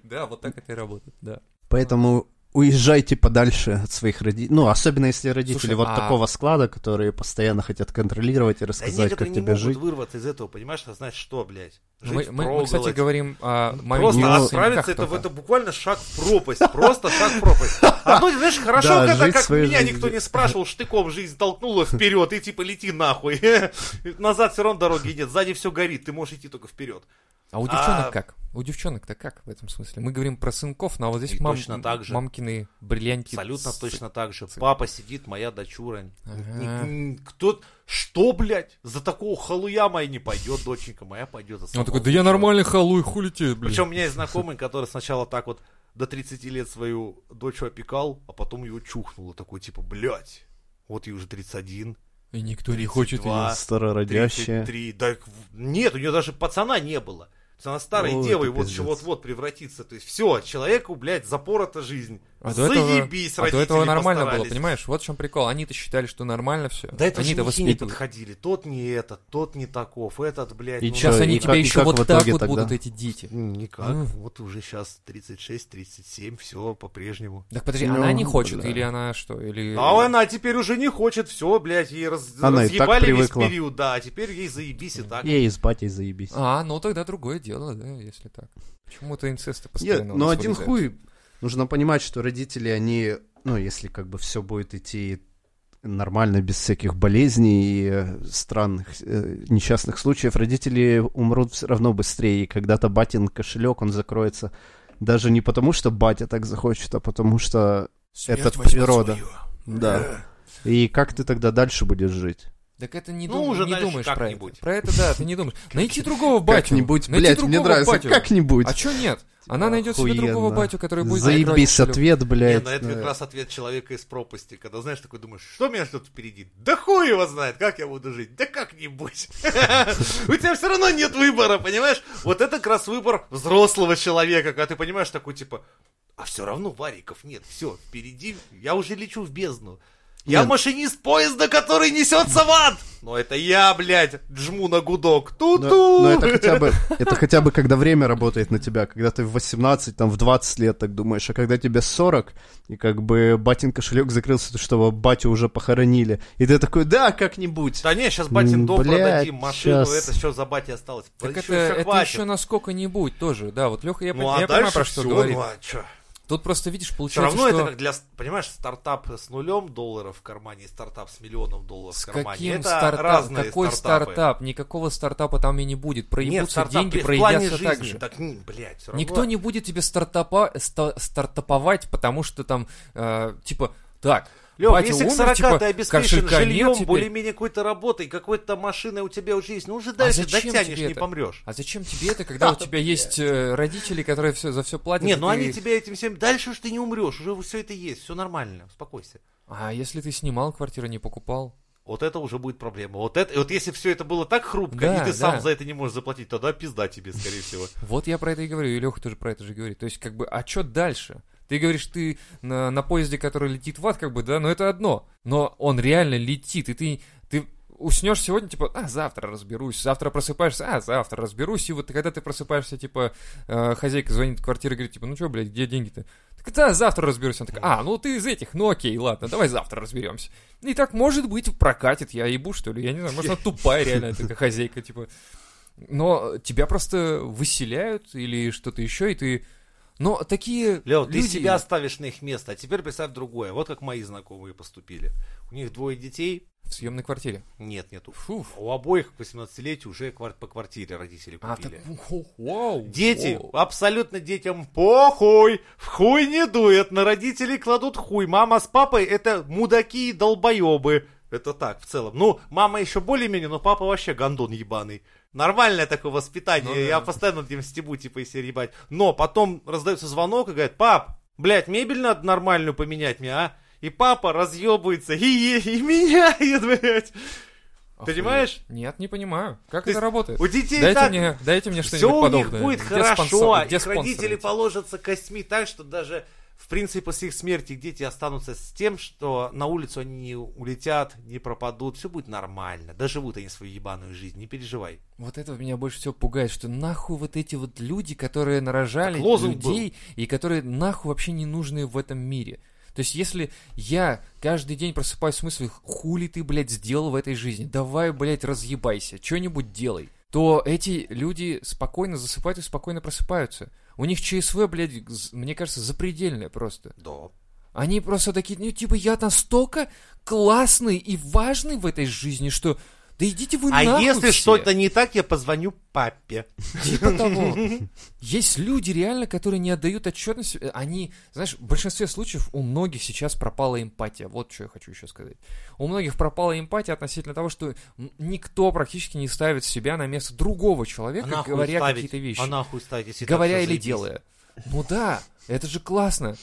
Speaker 1: Да, вот так это и работает, да.
Speaker 5: поэтому уезжайте подальше от своих родителей. Ну, особенно если родители
Speaker 1: Слушай,
Speaker 5: вот
Speaker 1: а-
Speaker 5: такого склада, которые постоянно хотят контролировать и
Speaker 2: Да
Speaker 5: рассказать,
Speaker 2: некоторые
Speaker 5: как
Speaker 2: не
Speaker 5: тебе жить.
Speaker 2: могут вырваться из этого, понимаешь, а значит что, блядь?
Speaker 1: Мы,
Speaker 2: Жить
Speaker 1: мы- мы, кстати,
Speaker 2: впроголодь.
Speaker 1: говорим о моменте.
Speaker 2: Просто
Speaker 5: Ну,
Speaker 2: отправиться, это, в- это буквально шаг в пропасть, просто шаг в пропасть. Одно, знаешь, хорошо,
Speaker 5: Да,
Speaker 2: когда
Speaker 5: жить
Speaker 2: как
Speaker 5: своей
Speaker 2: меня
Speaker 5: жизнью.
Speaker 2: никто не спрашивал, штыком жизнь толкнула вперед, и типа лети нахуй. Назад все равно дороги нет, сзади все горит, ты можешь идти только вперед.
Speaker 1: А у девчонок как? У девчонок-то как в этом смысле? Мы говорим про сынков, но ну, а вот здесь
Speaker 2: И
Speaker 1: мам-
Speaker 2: точно так же.
Speaker 1: мамкины бриллианти.
Speaker 2: Абсолютно
Speaker 1: с- А.
Speaker 2: точно так же. Папа сидит, моя дочурань.
Speaker 1: Ага.
Speaker 2: Н- н- Кто, что, блядь, за такого халуя моя не пойдет, доченька моя пойдет за
Speaker 1: Он
Speaker 2: самого
Speaker 1: такой, да я
Speaker 2: лучшего».
Speaker 1: нормальный халуй, хули тебе, блин.
Speaker 2: Причем у меня есть знакомый, который сначала так вот до 30 лет свою дочь опекал, а потом ее чухнуло. Такой типа, блядь, вот ей уже 31,
Speaker 1: И никто не хочет ее.
Speaker 2: 32.
Speaker 5: Старородящие.
Speaker 2: 33. Да, к- нет, у нее даже пацана не было. То есть Она старой
Speaker 5: Ой,
Speaker 2: девой
Speaker 5: это
Speaker 2: вот
Speaker 5: пиздец.
Speaker 2: вот-вот превратится. То есть все, человеку, блядь, запорота жизнь.
Speaker 1: А до этого,
Speaker 2: Заебись,
Speaker 1: а до этого
Speaker 2: родители
Speaker 1: нормально было,
Speaker 2: постарались.
Speaker 1: понимаешь? Вот в чем прикол. Они-то считали, что нормально все.
Speaker 2: Да
Speaker 1: Они-то
Speaker 2: это женихи не
Speaker 1: воспитывают.
Speaker 2: подходили. Тот не этот, тот не таков, этот, блядь.
Speaker 5: И
Speaker 2: ну,
Speaker 1: Сейчас
Speaker 5: Чё,
Speaker 1: они
Speaker 5: и
Speaker 1: тебя
Speaker 5: как- и
Speaker 1: еще
Speaker 5: как
Speaker 1: вот
Speaker 5: в
Speaker 1: так
Speaker 5: итоге
Speaker 1: вот
Speaker 5: тогда?
Speaker 1: будут, эти дети.
Speaker 2: М, Никак.
Speaker 1: М.
Speaker 2: Вот уже сейчас 36, 37, все по-прежнему.
Speaker 1: Так подожди,
Speaker 5: Ну,
Speaker 1: она не хочет,
Speaker 5: да.
Speaker 1: или она что? Или...
Speaker 2: А она теперь уже не хочет, все, блядь, ей раз...
Speaker 5: Она и так
Speaker 2: разъебали весь
Speaker 5: привыкла.
Speaker 2: период, да, а теперь ей заебись и так.
Speaker 5: Ей с батей заебись.
Speaker 1: А, ну тогда другое дело, да, если так. Почему-то инцесты
Speaker 5: Не,
Speaker 1: постоянно. у
Speaker 5: ну
Speaker 1: нас
Speaker 5: один
Speaker 1: вылезают.
Speaker 5: хуй. Нужно понимать, что родители, они, ну, если как бы все будет идти нормально, без всяких болезней и э, странных э, несчастных случаев, родители умрут все равно быстрее, и когда-то батин кошелек, он закроется даже не потому, что батя так захочет, а потому что это природа. Да. И как ты тогда дальше будешь жить?
Speaker 1: Так это не,
Speaker 2: Ну,
Speaker 1: дум-
Speaker 2: уже
Speaker 1: не
Speaker 2: дальше
Speaker 1: думаешь про это.
Speaker 2: как-нибудь.
Speaker 1: Про это, да, ты не думаешь. Найти другого батю.
Speaker 5: Как-нибудь,
Speaker 1: Найти
Speaker 5: блядь, мне
Speaker 1: другого
Speaker 5: нравится.
Speaker 1: батю.
Speaker 5: Как-нибудь.
Speaker 1: А чё нет? Она найдет себе другого
Speaker 5: Охуенно.
Speaker 1: батю, который будет...
Speaker 5: Заебись,
Speaker 1: ответ.
Speaker 5: ответ,
Speaker 2: Не,
Speaker 5: блядь. э, ну.
Speaker 2: на это
Speaker 5: да.
Speaker 2: как раз ответ человека из пропасти. Когда, знаешь, такой думаешь, что меня ждет впереди? Да хуй его знает, как я буду жить? Да как-нибудь. У тебя все равно нет выбора, понимаешь? Вот это как раз выбор взрослого человека, когда ты понимаешь такой, типа, а все равно вариков нет, все, впереди, я уже лечу в бездну. Я
Speaker 5: Нет.
Speaker 2: машинист поезда, который несется в ад! Но это я, блядь, жму на гудок.
Speaker 5: Но,
Speaker 2: Ту-ту!
Speaker 5: но это хотя бы, это хотя бы когда время работает на тебя, когда ты в 18, там, в 20 лет так думаешь, а когда тебе 40, и как бы батин кошелек закрылся, то что батю уже похоронили, и ты такой, да, как-нибудь.
Speaker 2: Да не, сейчас батин дом
Speaker 5: Блядь,
Speaker 2: продадим, машину,
Speaker 5: щас.
Speaker 2: это что за батя осталось?
Speaker 1: Так
Speaker 2: Да
Speaker 1: это,
Speaker 2: ещё- ещё
Speaker 1: это
Speaker 2: хватит.
Speaker 1: еще на сколько-нибудь тоже, да, вот Леха, я,
Speaker 2: Ну
Speaker 1: пон-
Speaker 2: а
Speaker 1: я
Speaker 2: дальше
Speaker 1: понимаю, про что
Speaker 2: всё,
Speaker 1: говорит.
Speaker 2: ну а чё?
Speaker 1: Тут просто, видишь,
Speaker 2: Все
Speaker 1: получается,
Speaker 2: равно
Speaker 1: что
Speaker 2: это как для, понимаешь, стартап с нулем долларов в кармане и стартап с миллионом долларов
Speaker 1: с
Speaker 2: в кармане.
Speaker 1: каким
Speaker 2: это
Speaker 1: стартапом,
Speaker 2: разные
Speaker 1: какой
Speaker 2: стартапы.
Speaker 1: стартап, никакого стартапа там и не будет,
Speaker 2: Нет,
Speaker 1: проебутся
Speaker 2: стартап
Speaker 1: деньги,
Speaker 2: при- в плане
Speaker 1: проедятся
Speaker 2: жизни.
Speaker 1: так же.
Speaker 2: Так, м, блядь, всё равно.
Speaker 1: Никто не будет тебе стартапа, ста- стартаповать, потому что там, э, типа, так,
Speaker 2: Лёв,
Speaker 1: батя
Speaker 2: если к
Speaker 1: умер,
Speaker 2: 40
Speaker 1: типа,
Speaker 2: ты обеспечен
Speaker 1: кошелька нет
Speaker 2: жильем,
Speaker 1: теперь.
Speaker 2: более-менее какой-то работой, какой-то машиной у тебя уже есть, ну уже дальше
Speaker 1: А зачем
Speaker 2: дотянешь,
Speaker 1: тебе
Speaker 2: не
Speaker 1: это?
Speaker 2: помрешь.
Speaker 1: А зачем тебе это, когда у тебя есть э, родители, которые все, за все платят?
Speaker 2: Не,
Speaker 1: и
Speaker 2: ну
Speaker 1: ты-
Speaker 2: они тебя этим всем... Дальше уж ты не умрешь, уже все это есть, все нормально, успокойся.
Speaker 1: А если ты снимал квартиру, не покупал?
Speaker 2: Вот это уже будет проблема. Вот это, и вот если все это было так хрупко,
Speaker 1: Да,
Speaker 2: и
Speaker 1: да.
Speaker 2: ты сам за это не можешь заплатить, тогда пизда тебе, скорее всего.
Speaker 1: Вот я про это и говорю, и Леха тоже про это же говорит. То есть, как бы, а что дальше? Ты говоришь, ты на, на поезде, который летит в ад, как бы, да, но это одно. Но он реально летит, и ты, ты уснешь сегодня, типа, а, завтра разберусь, завтра просыпаешься, а, завтра разберусь, и вот когда ты просыпаешься, типа, э, хозяйка звонит в квартиру и говорит, типа, ну что, блядь, где деньги-то? Так да, завтра разберусь. Он такой, а, ну ты из этих, ну окей, ладно, давай завтра разберемся. И так, может быть, прокатит, я ебу, что ли, я не знаю, может, она тупая реально, такая хозяйка, типа. Но тебя просто выселяют или что-то еще, и ты... Но такие
Speaker 2: Лев,
Speaker 1: люди...
Speaker 2: ты себя ставишь на их место, а теперь представь другое. Вот как мои знакомые поступили. У них двое детей.
Speaker 1: В съемной квартире.
Speaker 2: Нет, нету.
Speaker 1: Фу.
Speaker 2: У обоих к 18-летию уже квар- по квартире родители
Speaker 1: А, так...
Speaker 2: купили.
Speaker 1: Вау, вау.
Speaker 2: Дети,
Speaker 1: Вау.
Speaker 2: абсолютно детям похуй, в хуй не дует, на родителей кладут хуй. Мама с папой это мудаки и долбоебы. Это так, в целом. Ну, мама еще более-менее, но папа вообще гондон ебаный. Нормальное такое воспитание.
Speaker 1: Ну да.
Speaker 2: Я постоянно над ним стебу, типа, из серии ебать. Но потом раздается звонок и говорит, пап, блядь, мебель надо нормальную поменять мне, а? И папа разъебывается, и, и, и меняет, блядь.
Speaker 1: Охуеть.
Speaker 2: Понимаешь?
Speaker 1: Нет, не понимаю. Как это
Speaker 2: То есть
Speaker 1: работает?
Speaker 2: У детей
Speaker 1: Дайте
Speaker 2: так...
Speaker 1: мне, дайте мне
Speaker 2: Все
Speaker 1: что-нибудь
Speaker 2: у
Speaker 1: подобное.
Speaker 2: них будет
Speaker 1: Где
Speaker 2: хорошо, а
Speaker 1: спонсор-
Speaker 2: их
Speaker 1: где спонсоры
Speaker 2: родители
Speaker 1: эти?
Speaker 2: положатся костьми так, что даже в принципе после их смерти их дети останутся с тем, что на улицу они не улетят, не пропадут, все будет нормально, доживут они свою ебаную жизнь, не переживай.
Speaker 1: Вот это меня больше всего пугает, что нахуй вот эти вот люди, которые нарожали
Speaker 2: Так лозунг
Speaker 1: людей и которые нахуй вообще не нужны в этом мире. То есть, если я каждый день просыпаюсь с мыслью, хули ты, блядь, сделал в этой жизни, давай, блядь, разъебайся, что-нибудь делай, то эти люди спокойно засыпают и спокойно просыпаются. У них ЧСВ, блядь, з- мне кажется, запредельное просто.
Speaker 2: Да.
Speaker 1: Они просто такие, ну, типа, я настолько классный и важный в этой жизни, что... Да идите вы
Speaker 2: А
Speaker 1: нахуй
Speaker 2: если
Speaker 1: все.
Speaker 2: что-то не так, я позвоню папе.
Speaker 1: Типа того. Есть люди реально, которые не отдают отчетность. Э, Они, знаешь, в большинстве случаев у многих сейчас пропала эмпатия. Вот что я хочу еще сказать. У многих пропала эмпатия относительно того, что м, никто практически не ставит себя на место другого человека,
Speaker 2: Она
Speaker 1: говоря какие-то вещи.
Speaker 2: А нахуй ставить, если
Speaker 1: говоря
Speaker 2: так всё
Speaker 1: или
Speaker 2: заебись.
Speaker 1: делая. Ну да, это же классно.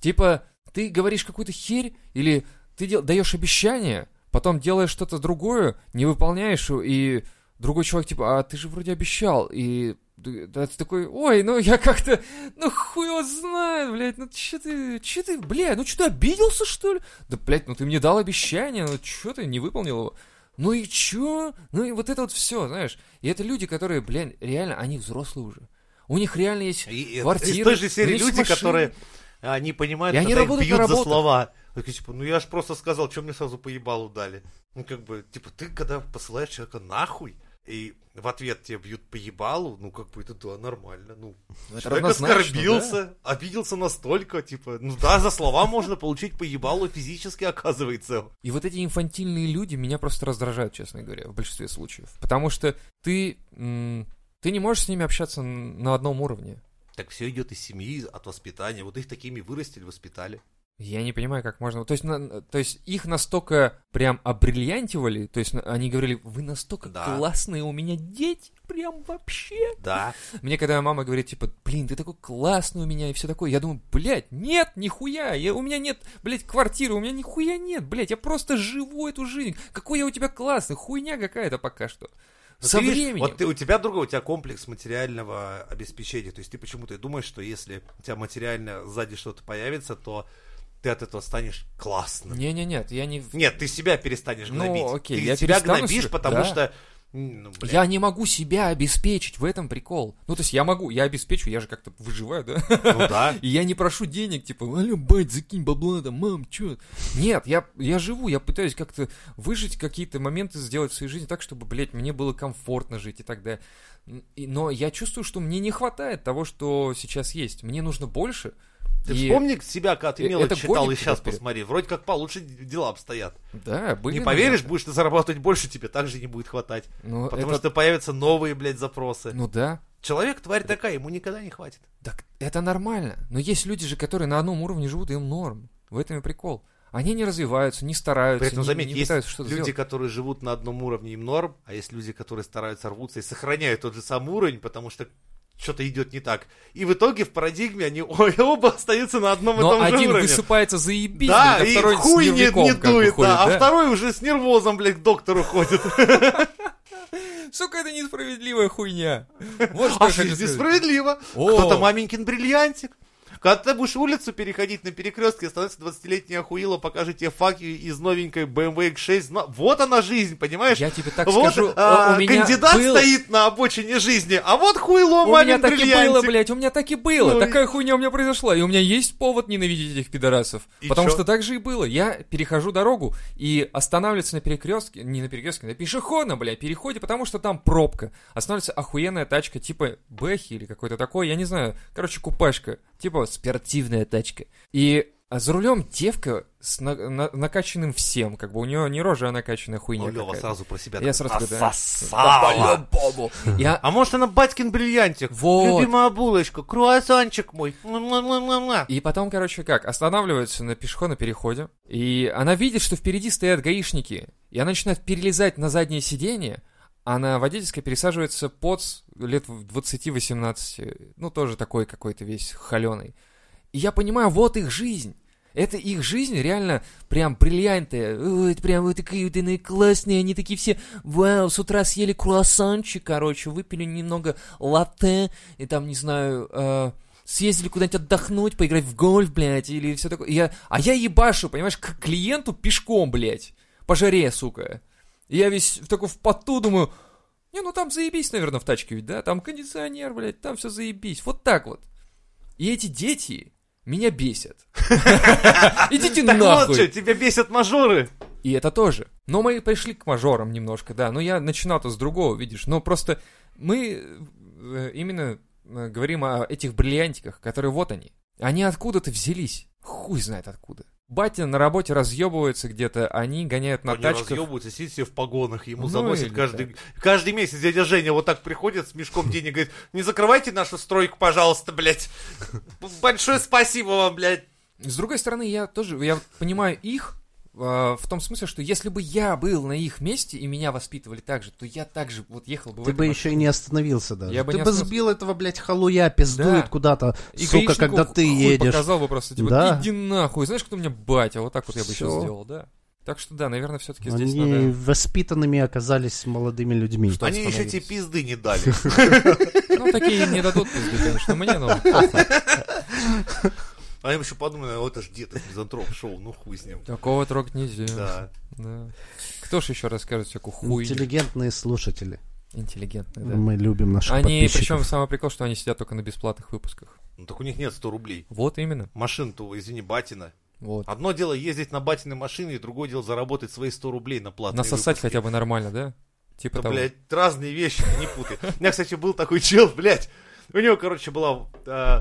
Speaker 1: Типа, ты говоришь какую-то херь, или ты дел- даешь обещание, потом делаешь что-то другое, не выполняешь, и другой человек типа, а ты же вроде обещал, и ты да, ты такой, ой, ну я как-то, ну хуй его знает, блядь, ну че ты, че ты, блядь, ну что ты обиделся что ли? Да, блядь, ну ты мне дал обещание, ну че ты не выполнил его? Ну и чё? Ну и вот это вот все, знаешь. И это люди, которые, блядь, реально, они взрослые уже. У них реально есть
Speaker 2: И, и-
Speaker 1: квартиры,
Speaker 2: из той же
Speaker 1: у
Speaker 2: серии
Speaker 1: них есть
Speaker 2: люди,
Speaker 1: машины.
Speaker 2: которые а, не понимают,
Speaker 1: И они
Speaker 2: когда их
Speaker 1: работают на
Speaker 2: бьют за
Speaker 1: работах.
Speaker 2: слова. Такие, типа, ну я же просто сказал, что мне сразу по ебалу дали. Ну, как бы, типа, ты когда посылаешь человека нахуй, и в ответ тебе бьют по ебалу, ну, как бы, это да, нормально. Ну,
Speaker 1: Ну, это
Speaker 2: человек
Speaker 1: равнозначно, да.
Speaker 2: оскорбился, обиделся настолько, типа, ну да, за слова можно получить по ебалу физически, оказывается.
Speaker 1: И вот эти инфантильные люди меня просто раздражают, честно говоря, в большинстве случаев. Потому что ты, м, ты не можешь с ними общаться н- на одном уровне.
Speaker 2: Так все идет из семьи, от воспитания. Вот их такими вырастили, воспитали.
Speaker 1: Я не понимаю, как можно... То есть, на- то есть их настолько прям обриллиантивали, то есть на- они говорили, вы настолько
Speaker 2: Да.
Speaker 1: классные у меня дети, прям вообще.
Speaker 2: Да.
Speaker 1: Мне когда мама говорит, типа, блин, ты такой классный у меня и все такое, я думаю, блядь, нет, нихуя, я, у меня нет, блядь, квартиры, у меня нихуя нет, блядь, я просто живу эту жизнь. Какой я у тебя классный, хуйня какая-то пока что.
Speaker 2: Ну,
Speaker 1: Со
Speaker 2: ты видишь,
Speaker 1: временем.
Speaker 2: Вот ты, у тебя другой, у тебя комплекс материального обеспечения. То есть ты почему-то думаешь, что если у тебя материально сзади что-то появится, то ты от этого станешь классным.
Speaker 1: Не-не-нет, я не... в-
Speaker 2: Нет, ты себя перестанешь
Speaker 1: Ну,
Speaker 2: гнобить.
Speaker 1: окей,
Speaker 2: ты
Speaker 1: я
Speaker 2: себя
Speaker 1: перестану
Speaker 2: гнобишь,
Speaker 1: себя-
Speaker 2: потому
Speaker 1: да.
Speaker 2: что... м, ну, блядь.
Speaker 1: Я не могу себя обеспечить, в этом прикол. Ну, то есть я могу, я обеспечу, я же как-то выживаю, да?
Speaker 2: Ну да.
Speaker 1: И я не прошу денег, типа, алло, бать, закинь бабла там, мам, чё? Нет, я, я живу, я пытаюсь как-то выжить какие-то моменты, сделать в своей жизни так, чтобы, блядь, мне было комфортно жить и так далее. М, и- но я чувствую, что мне не хватает того, что сейчас есть. Мне нужно больше.
Speaker 2: Ты
Speaker 1: И-
Speaker 2: вспомни себя, когда ты
Speaker 1: э,
Speaker 2: мелочь
Speaker 1: это
Speaker 2: читал, и
Speaker 1: годик
Speaker 2: сейчас
Speaker 1: теперь.
Speaker 2: посмотри. Вроде как получше дела обстоят.
Speaker 1: Да, были
Speaker 2: не поверишь,
Speaker 1: моменты.
Speaker 2: будешь ты зарабатывать больше, тебе также не будет хватать.
Speaker 1: Ну,
Speaker 2: Потому
Speaker 1: это-
Speaker 2: что появятся новые, блядь, запросы.
Speaker 1: Ну да.
Speaker 2: Человек тварь такая, ему никогда не хватит.
Speaker 1: Так это нормально. Но есть люди же, которые на одном уровне живут, и им норм. В этом и прикол. Они не развиваются, не стараются,
Speaker 2: При этом,
Speaker 1: не,
Speaker 2: заметь,
Speaker 1: не
Speaker 2: есть
Speaker 1: пытаются что-то
Speaker 2: люди,
Speaker 1: сделать.
Speaker 2: которые живут на одном уровне, им норм, а есть люди, которые стараются рвутся и сохраняют тот же самый уровень, потому что что-то идет не так. И в итоге в парадигме они ой, оба остаются на одном и
Speaker 1: Но
Speaker 2: том же
Speaker 1: один
Speaker 2: уровне.
Speaker 1: высыпается заебись,
Speaker 2: да,
Speaker 1: блин, а
Speaker 2: и
Speaker 1: второй с
Speaker 2: хуй не,
Speaker 1: дневником
Speaker 2: не
Speaker 1: как бы
Speaker 2: дует,
Speaker 1: ходит,
Speaker 2: да,
Speaker 1: да?
Speaker 2: а второй уже с нервозом, блядь, к доктору ходит.
Speaker 1: Сука, это несправедливая хуйня. Вот что
Speaker 2: А
Speaker 1: я
Speaker 2: что
Speaker 1: хочу
Speaker 2: здесь
Speaker 1: сказать.
Speaker 2: справедливо.
Speaker 1: О.
Speaker 2: Кто-то маменькин бриллиантик. Когда ты будешь улицу переходить на перекрестке, становится 20-летняя охуила, покажет тебе факи из новенькой BMW X6. Ну, Вот она жизнь, понимаешь?
Speaker 1: Я тебе так
Speaker 2: вот,
Speaker 1: скажу,
Speaker 2: а,
Speaker 1: у меня
Speaker 2: кандидат
Speaker 1: был-
Speaker 2: стоит на обочине жизни, а вот хуйло
Speaker 1: У меня
Speaker 2: мамин
Speaker 1: так и было,
Speaker 2: бриллиантик.
Speaker 1: блядь, у меня так и было.
Speaker 2: Ну и-
Speaker 1: Такая хуйня у меня произошла. И у меня есть повод ненавидеть этих пидорасов.
Speaker 2: И
Speaker 1: потому
Speaker 2: чё?
Speaker 1: что так же и было. Я перехожу дорогу и останавливаться на перекрестке, не на перекрестке, на пешеходном, блядь, переходе, потому что там пробка. Останавливается охуенная тачка типа Бэхи или какой-то такой, я не знаю. Короче, купашка. Типа спортивная тачка. И А за рулем девка с на- на- накачанным всем, как бы у нее не рожа, а накачанная
Speaker 2: Ну,
Speaker 1: хуйня.
Speaker 2: Лёва
Speaker 1: какая-то.
Speaker 2: сразу про себя.
Speaker 1: Я
Speaker 2: так,
Speaker 1: сразу
Speaker 2: «А,
Speaker 1: такой, да.
Speaker 2: сосала!»
Speaker 1: по-любому. Я
Speaker 2: А может, она батькин бриллиантик?
Speaker 1: Вот.
Speaker 2: Любимая булочка, круассанчик мой. Муа-муа-муа-муа.
Speaker 1: И потом, короче, как, останавливается на пешеходном переходе, и она видит, что впереди стоят гаишники, и она начинает перелезать на заднее сиденье, а на водительское пересаживается поц лет в 20-18, ну, тоже такой какой-то весь холеный. И я понимаю, вот их жизнь. Это их жизнь реально прям бриллианты. Ой, это прям вот такие вот они классные, они такие все, вау, с утра съели круассанчик, короче, выпили немного латте, и там, не знаю, э, съездили куда-нибудь отдохнуть, поиграть в гольф, блядь, или все такое. И Я, а я ебашу, понимаешь, к клиенту пешком, блядь, по жаре, сука. И я весь в такой в поту думаю, не, ну там заебись, наверное, в тачке ведь, да? Там кондиционер, блядь, там все заебись. Вот так вот. И эти дети меня бесят. Идите
Speaker 2: Так вот что,
Speaker 1: нахуй.
Speaker 2: тебя бесят мажоры.
Speaker 1: И это тоже. Но мы пришли к мажорам немножко, да. Но я начинал-то с другого, видишь. Но просто мы э, именно э, говорим о этих бриллиантиках, которые вот они. Они откуда-то взялись. Хуй знает откуда. Батя на работе разъебывается где-то, они гоняют на
Speaker 2: Они
Speaker 1: тачках.
Speaker 2: разъебываются, сидит себе в погонах, ему
Speaker 1: Ну,
Speaker 2: заносит
Speaker 1: или
Speaker 2: каждый... Каждый месяц дядя Женя вот так приходит с мешком денег, говорит, не закрывайте нашу стройку, пожалуйста, блядь. Большое спасибо вам, блядь.
Speaker 1: С другой стороны, я тоже, я понимаю их э, в том смысле, что если бы я был на их месте и меня воспитывали так же, то я так же вот ехал бы в
Speaker 5: Ты
Speaker 1: этой
Speaker 5: бы
Speaker 1: машине.
Speaker 5: еще и не остановился даже.
Speaker 1: Я бы
Speaker 5: ты
Speaker 1: не
Speaker 5: бы
Speaker 1: остановился.
Speaker 5: сбил этого, блядь, халуя, пиздует
Speaker 1: Да.
Speaker 5: куда-то,
Speaker 1: И
Speaker 5: сука,
Speaker 1: гаишнику
Speaker 5: когда ты
Speaker 1: хуй
Speaker 5: едешь.
Speaker 1: показал бы просто, типа,
Speaker 5: Да.
Speaker 1: иди нахуй, знаешь, кто у меня батя, вот так вот я бы еще
Speaker 5: Всё.
Speaker 1: сделал, да. Так что да, наверное, все-таки здесь
Speaker 5: Они
Speaker 1: надо...
Speaker 5: воспитанными оказались молодыми людьми.
Speaker 1: Что?
Speaker 2: Они еще тебе
Speaker 1: остановились.
Speaker 2: пизды не дали.
Speaker 1: Ну, такие не дадут пизды, конечно, мне, но...
Speaker 2: А им еще подумали, «О, это ж дед, это мизантроп шоу, ну хуй с ним.
Speaker 1: Такого трогать нельзя.
Speaker 2: Да.
Speaker 1: Да. Кто ж еще расскажет всякую хуйню?
Speaker 5: Интеллигентные слушатели.
Speaker 1: Интеллигентные, да.
Speaker 5: Мы любим наших
Speaker 1: Они,
Speaker 5: подписчиков.
Speaker 1: причем самый прикол, что они сидят только на бесплатных выпусках.
Speaker 2: Ну так у них нет 100 рублей.
Speaker 1: Вот именно.
Speaker 2: Машин-то, извини, батина.
Speaker 1: Вот.
Speaker 2: Одно дело ездить на батиной машине, и другое дело заработать свои 100 рублей на платные
Speaker 1: Насосать
Speaker 2: выпуски.
Speaker 1: хотя бы нормально, да? Типа
Speaker 2: А Да,
Speaker 1: того.
Speaker 2: блядь, разные вещи, ты не путай. У меня, кстати, был такой чел, блядь. У него, короче, была э,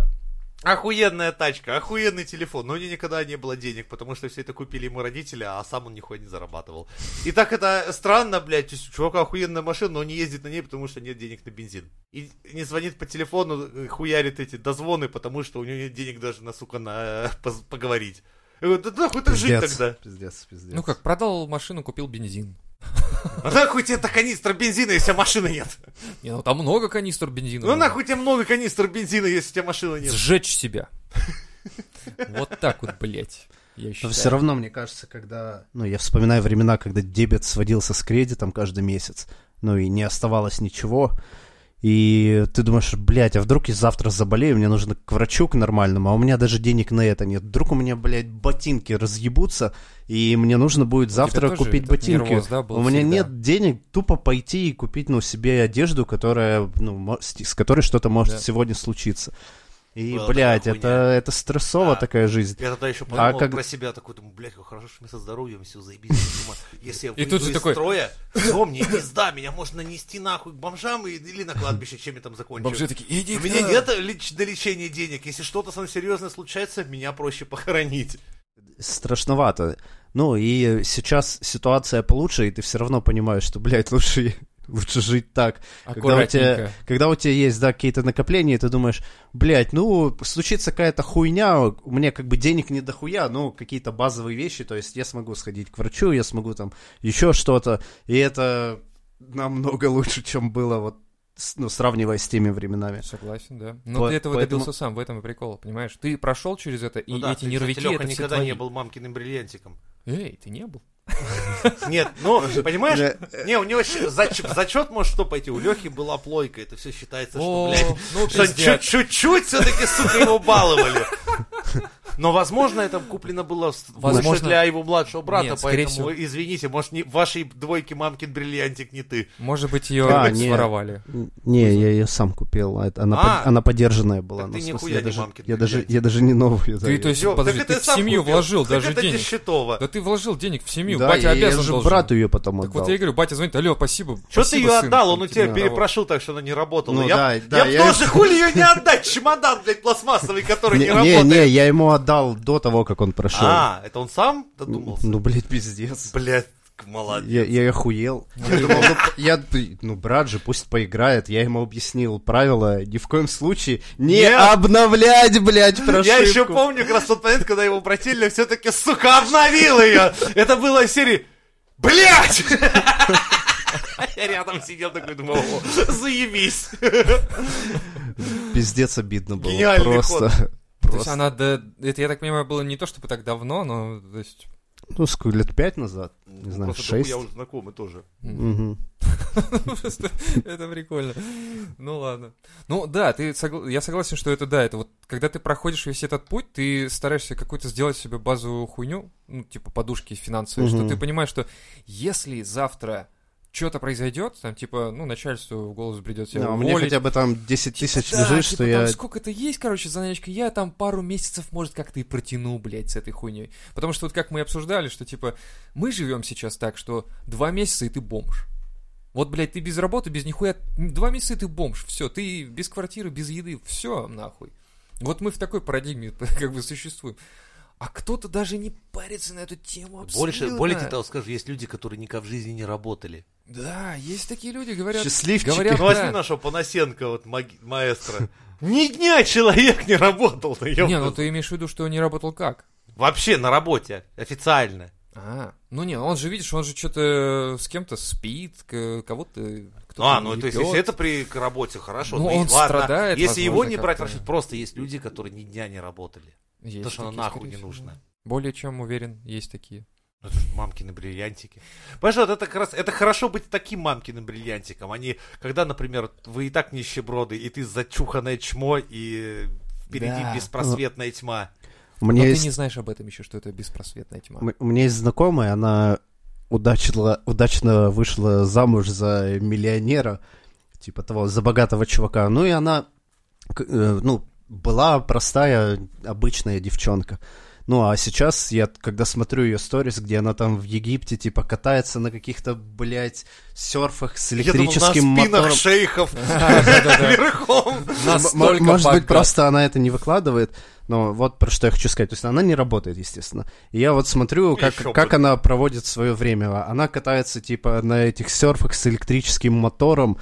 Speaker 2: охуенная тачка, охуенный телефон, но у него никогда не было денег, потому что все это купили ему родители, а сам он нихуя не зарабатывал. И так это странно, блядь, то есть у чувака охуенная машина, но он не ездит на ней, потому что нет денег на бензин. И не звонит по телефону, э, хуярит эти дозвоны, потому что у него нет денег даже на, сука, на э, поз- поговорить. Я говорю, да нахуй так жить
Speaker 5: Пиздец,
Speaker 2: тогда?
Speaker 5: Пиздец, пиздец.
Speaker 1: Ну как, продал машину, купил бензин.
Speaker 2: А нахуй тебе эта канистра бензина, если у тебя машины нет?
Speaker 1: Не, ну там много канистр бензина.
Speaker 2: Ну
Speaker 1: было.
Speaker 2: нахуй тебе много канистр бензина, если у тебя машины нет.
Speaker 1: Сжечь себя. Вот так вот, блядь. Я
Speaker 5: Но
Speaker 1: считаю.
Speaker 5: все равно, мне кажется, когда... Ну, я вспоминаю времена, когда дебет сводился с кредитом каждый месяц, ну и не оставалось ничего. И ты думаешь, блядь, а вдруг я завтра заболею, мне нужно к врачу к нормальному, а у меня даже денег на это нет. Вдруг у меня, блядь, ботинки разъебутся, и мне нужно будет завтра
Speaker 1: тоже
Speaker 5: купить
Speaker 1: этот
Speaker 5: ботинки.
Speaker 1: нервоз, да, был
Speaker 5: у меня
Speaker 1: всегда?
Speaker 5: нет денег тупо пойти и купить, ну, себе одежду, которая, ну, мо- с с которой что-то может
Speaker 1: Да.
Speaker 5: сегодня случиться. И,
Speaker 2: Была
Speaker 5: блядь,
Speaker 2: такая
Speaker 5: это,
Speaker 2: хуйня.
Speaker 5: это стрессово
Speaker 2: Да.
Speaker 5: такая жизнь.
Speaker 2: Я тогда еще подумал
Speaker 5: как-
Speaker 2: про себя, такой, думаю, блядь, как хорошо, что мне со здоровьем все заебись. Думаю, Если я
Speaker 1: И
Speaker 2: выйду
Speaker 1: тут же
Speaker 2: из
Speaker 1: такой-
Speaker 2: строя, все, мне пизда, меня можно нанести нахуй к бомжам и- или на кладбище, чем я там закончу.
Speaker 1: Бомжи такие, иди
Speaker 2: У
Speaker 1: к
Speaker 2: меня
Speaker 1: нам».
Speaker 2: нет лич- на лечение денег. Если что-то самое серьезное случается, меня проще похоронить.
Speaker 5: страшновато. Ну и сейчас ситуация получше, и ты все равно понимаешь, что, блядь, лучше, лучше жить так. Когда у, тебя,
Speaker 1: Аккуратненько.
Speaker 5: когда у тебя есть, да, какие-то накопления, и ты думаешь, блядь, ну, случится какая-то хуйня, у меня как бы денег не дохуя, ну, какие-то базовые вещи, то есть я смогу сходить к врачу, я смогу там еще что-то, и это намного лучше, чем было вот, с- ну, сравнивая с теми временами.
Speaker 1: Согласен, да. Но
Speaker 5: По-
Speaker 1: ты этого
Speaker 5: поэтому-
Speaker 1: добился сам, в этом и прикол, понимаешь? Ты прошел через это, и
Speaker 2: Ну да,
Speaker 1: эти
Speaker 2: ты, кстати,
Speaker 1: нервики,
Speaker 2: Лёха
Speaker 1: это все
Speaker 2: никогда
Speaker 1: твои.
Speaker 2: не был мамкиным бриллиантиком.
Speaker 1: Эй, ты не был?
Speaker 2: Нет, ну, понимаешь, не, у него щ- зач- в зачет может что пойти, у Лехи была плойка, это все считается, что,
Speaker 1: О,
Speaker 2: блядь,
Speaker 1: ну
Speaker 2: Что
Speaker 1: пиздец.
Speaker 2: чуть-чуть все-таки, сука, его баловали. Но, возможно, это куплено было с-
Speaker 1: Возможно.
Speaker 2: больше для его младшего брата,
Speaker 1: Нет, скорее
Speaker 2: поэтому, извините, может, не, вашей двойке мамкин бриллиантик не ты.
Speaker 1: Может быть, ее
Speaker 5: А, не.
Speaker 1: своровали.
Speaker 5: Не, я ее сам купил. а это- Она,
Speaker 2: А.
Speaker 5: под- она подержанная была.
Speaker 2: Так
Speaker 5: ну,
Speaker 2: ты
Speaker 5: в смысле,
Speaker 2: нихуя
Speaker 5: я,
Speaker 2: не
Speaker 5: даже,
Speaker 2: мамкин
Speaker 5: я, даже,
Speaker 2: бриллиантик.
Speaker 5: я даже не новую. да,
Speaker 1: Ты,
Speaker 5: я-
Speaker 1: то есть,
Speaker 2: Ё,
Speaker 1: подожди,
Speaker 2: так
Speaker 1: ты
Speaker 2: это
Speaker 1: в
Speaker 2: сам
Speaker 1: семью
Speaker 2: купил,
Speaker 1: вложил
Speaker 2: так
Speaker 1: даже
Speaker 2: это
Speaker 1: денег.
Speaker 2: Дещетова.
Speaker 1: Да ты вложил денег в семью,
Speaker 5: Да,
Speaker 1: батя
Speaker 5: я, я
Speaker 1: обязан
Speaker 5: же
Speaker 1: должен.
Speaker 5: брату ее потом
Speaker 1: Так
Speaker 5: отдал.
Speaker 1: вот я и говорю, батя звонит, алло, спасибо.
Speaker 2: Что ты
Speaker 1: спасибо,
Speaker 2: ее
Speaker 1: сын,
Speaker 2: отдал? Он
Speaker 1: там,
Speaker 2: у тебя
Speaker 1: типа того.
Speaker 2: перепрошил так, что она не работала.
Speaker 5: Ну
Speaker 2: я
Speaker 5: да,
Speaker 2: б-
Speaker 5: да,
Speaker 2: я б
Speaker 5: я-
Speaker 2: тоже хули ее не отдать, чемодан, блядь, пластмассовый, который
Speaker 5: не,
Speaker 2: не
Speaker 5: не, не,
Speaker 2: работает.
Speaker 5: я ему подал до того, как он прошел.
Speaker 2: А, это он сам додумался?
Speaker 5: ну, блядь, пиздец.
Speaker 2: Блядь, молодец.
Speaker 5: Я, я охуел. Я думал, ну, я, ну, брат же, пусть поиграет. Я ему объяснил правила. Ни в коем случае не
Speaker 2: Нет.
Speaker 5: обновлять, блядь, прошивку.
Speaker 2: Я еще помню как раз тот момент, когда его брательня все-таки, сука, обновил ее. Это было из серии Блять! Я рядом сидел такой, думал, «О, заебись.
Speaker 5: Пиздец обидно было.
Speaker 2: Гениальный
Speaker 5: просто.
Speaker 1: То есть
Speaker 5: Просто.
Speaker 1: она, до- это, я так понимаю, было не то чтобы так давно, но, то есть,
Speaker 5: Ну, сколько лет пять назад? Не знаю,
Speaker 2: Просто такой,
Speaker 5: шесть.
Speaker 2: Я уже знакомый тоже.
Speaker 5: Мгм.
Speaker 1: Просто это прикольно. Ну ладно. Ну да, ты согла- я согласен, что это да, это вот когда ты проходишь весь этот путь, ты стараешься какую-то сделать себе базовую хуйню, ну типа подушки финансовые, что
Speaker 5: Мгм.
Speaker 1: ты понимаешь, что если завтра что-то произойдет, там типа, ну начальству в голос придет тебя
Speaker 5: Да, а мне
Speaker 1: уволить.
Speaker 5: хотя бы там 10 тысяч
Speaker 1: Да,
Speaker 5: лежит,
Speaker 1: типа
Speaker 5: что
Speaker 1: там
Speaker 5: я...
Speaker 1: сколько-то есть, короче, заначка, я там пару месяцев, может, как-то и протяну, блядь, с этой хуйней. Потому что вот как мы и обсуждали, что, типа, мы живем сейчас так, что два месяца, и ты бомж. Вот, блядь, ты без работы, без нихуя, два месяца, и ты бомж, все, ты без квартиры, без еды, все, нахуй. Вот мы в такой парадигме как бы существуем. А кто-то даже не парится на эту тему абсолютно.
Speaker 2: Больше, более тебе того скажу, есть люди, которые никогда в жизни не работали.
Speaker 1: Да, есть такие люди, говорят...
Speaker 5: Счастливчики.
Speaker 1: Говорят,
Speaker 2: Ну, возьми
Speaker 1: да.
Speaker 2: нашего Панасенко, вот маги- маэстро. Ни дня человек не работал. да ёпта.
Speaker 1: Не, ну ты имеешь в виду, что не работал как?
Speaker 2: Вообще на работе, официально.
Speaker 1: А, ну не, он же, видишь, он же что-то с кем-то спит, к- кого-то кто-то
Speaker 2: А, ну то есть,
Speaker 1: ебёт.
Speaker 2: если это при к работе, хорошо.
Speaker 1: Ну,
Speaker 2: и
Speaker 1: он
Speaker 2: ладно.
Speaker 1: страдает,
Speaker 2: Если его
Speaker 1: возможно,
Speaker 2: не брать,
Speaker 1: как-то.
Speaker 2: вообще просто есть люди, которые ни дня не работали.
Speaker 1: Есть
Speaker 2: Потому что оно
Speaker 1: такие,
Speaker 2: нахуй
Speaker 1: скорее
Speaker 2: не
Speaker 1: всего.
Speaker 2: нужно.
Speaker 1: Более чем уверен, есть такие.
Speaker 2: Ну, это ж мамкины бриллиантики. Понимаешь, вот это как раз, это хорошо быть таким мамкиным бриллиантиком, а не когда, например, вы и так нищеброды, и ты зачуханное чмо, и впереди
Speaker 1: Да.
Speaker 2: беспросветная тьма.
Speaker 5: У
Speaker 1: Но
Speaker 5: меня
Speaker 1: ты
Speaker 5: есть...
Speaker 1: не знаешь об этом еще, что это беспросветная тьма.
Speaker 5: М- У меня есть знакомая, она удачила, удачно вышла замуж за миллионера, типа того, за богатого чувака. Ну и она, к- э, ну, была простая, обычная девчонка. Ну а сейчас я, когда смотрю ее сторис, где она там в Египте, типа, катается на каких-то, блядь, серфах с
Speaker 2: Еду
Speaker 5: электрическим
Speaker 2: на спинах
Speaker 5: мотором.
Speaker 2: шейхов верхом.
Speaker 5: М-
Speaker 1: Настолько
Speaker 5: Может быть,
Speaker 1: подкаст.
Speaker 5: просто она это не выкладывает, но вот про что я хочу сказать. То есть она не работает, естественно. И я вот смотрю, как,
Speaker 2: Ещё бы.
Speaker 5: как она проводит свое время. Она катается, типа, на этих серфах с электрическим мотором,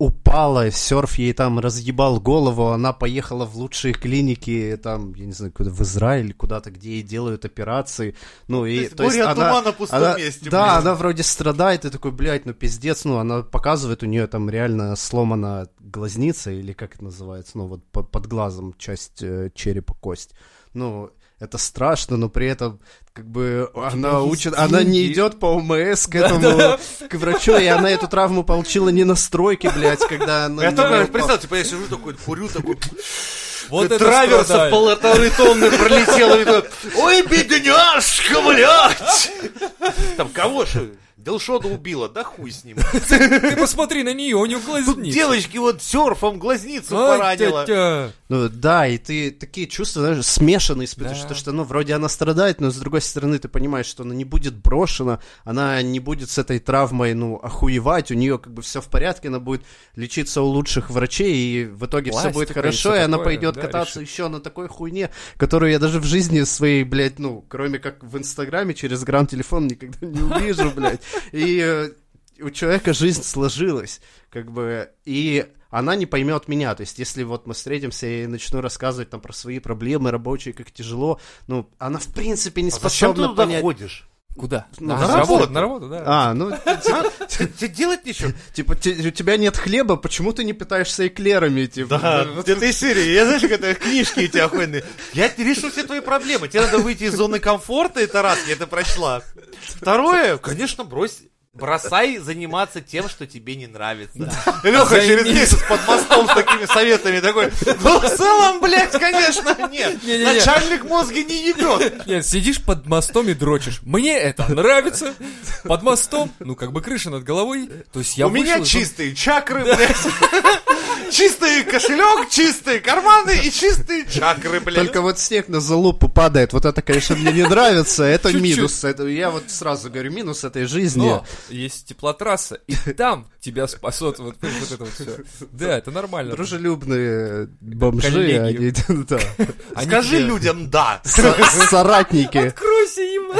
Speaker 5: упала, серф ей там разъебал голову, она поехала в лучшие клиники, там, я не знаю, куда, в Израиль, куда-то, где ей делают операции. Ну, и,
Speaker 2: есть горе от
Speaker 5: она-
Speaker 2: ума на пустом
Speaker 5: она-
Speaker 2: месте,
Speaker 5: Да,
Speaker 2: блин.
Speaker 5: она вроде страдает, и такой, блядь, ну пиздец, ну, она показывает, у нее там реально сломана глазница, или как это называется, ну, вот по- под глазом часть э, черепа, кость. Ну, это страшно, но при этом как бы она
Speaker 1: есть
Speaker 5: учит, она не
Speaker 1: деньги.
Speaker 5: идет по ОМС к этому, к врачу, и она эту травму получила не на стройке, блядь, когда она...
Speaker 2: Я
Speaker 5: не
Speaker 2: только
Speaker 5: упала.
Speaker 2: представил, типа я сижу такой, курю такой,
Speaker 1: Вот это
Speaker 2: траверса
Speaker 1: страдает.
Speaker 2: полторы тонны пролетело, и такой, ой, бедняжка, блядь! Там кого же? Делшода убила, да хуй с ним.
Speaker 1: Ты посмотри на нее, у нее глазницы.
Speaker 2: Девочки вот серфом глазницу поранила.
Speaker 5: Ну, да, и ты такие чувства, знаешь, смешанные испытываешь,
Speaker 1: Да.
Speaker 5: потому что, ну, вроде она страдает, но, с другой стороны, ты понимаешь, что она не будет брошена, она не будет с этой травмой, ну, охуевать, у нее как бы все в порядке, она будет лечиться у лучших врачей, и в итоге все будет
Speaker 1: Пластика и
Speaker 5: хорошо,
Speaker 1: всё
Speaker 5: и она
Speaker 1: такое,
Speaker 5: пойдет
Speaker 1: да,
Speaker 5: кататься еще на такой хуйне, которую я даже в жизни своей, блядь, ну, кроме как в Инстаграме через грамм-телефон никогда не увижу, блядь. И э, у человека жизнь сложилась, как бы, и она не поймет меня. То есть, если вот мы встретимся и начну рассказывать там про свои проблемы рабочие, как тяжело, ну, она в принципе не
Speaker 2: А зачем ты
Speaker 5: способна
Speaker 2: туда
Speaker 5: понять.
Speaker 2: ходишь?
Speaker 1: Куда?
Speaker 5: Ну,
Speaker 1: А,
Speaker 5: на
Speaker 1: с
Speaker 5: работу.
Speaker 1: работы, На работу, да.
Speaker 5: А, ну, типа-
Speaker 2: Тебе делать нечего?
Speaker 5: типа, те- у тебя нет хлеба, почему ты не питаешься эклерами, типа?
Speaker 2: Да, вот этой серии. Я знаешь, когда книжки эти охуенные. Я решу все твои проблемы. Тебе надо выйти из зоны комфорта, это раз, я это прочла. Второе, конечно, брось Бросай заниматься тем, что тебе не нравится. Леха через месяц под мостом с такими советами такой, ну, в целом, блядь, конечно, нет.
Speaker 1: Не-не-не.
Speaker 2: Начальник мозга не ебет.
Speaker 1: Нет, сидишь под мостом и дрочишь. Мне это нравится. Под мостом, ну как бы крыша над головой. То есть я
Speaker 2: У меня
Speaker 1: вышел из-
Speaker 2: чистые чакры, блядь. Чистый кошелек, чистые карманы и чистые чакры, блядь.
Speaker 5: Только вот снег на залупу падает. Вот это, конечно, мне не нравится. Это
Speaker 1: Чуть-чуть.
Speaker 5: минус. Это, я вот сразу говорю, минус этой жизни.
Speaker 1: Но есть теплотрасса, и там тебя спасут вот, понимаешь, вот это вот все. Да, это нормально.
Speaker 5: Дружелюбные бомжи, они,
Speaker 1: коллеги.
Speaker 5: да,
Speaker 1: Они
Speaker 2: Скажи
Speaker 1: тебе-
Speaker 2: людям «да».
Speaker 5: со- соратники.
Speaker 1: Откройся им,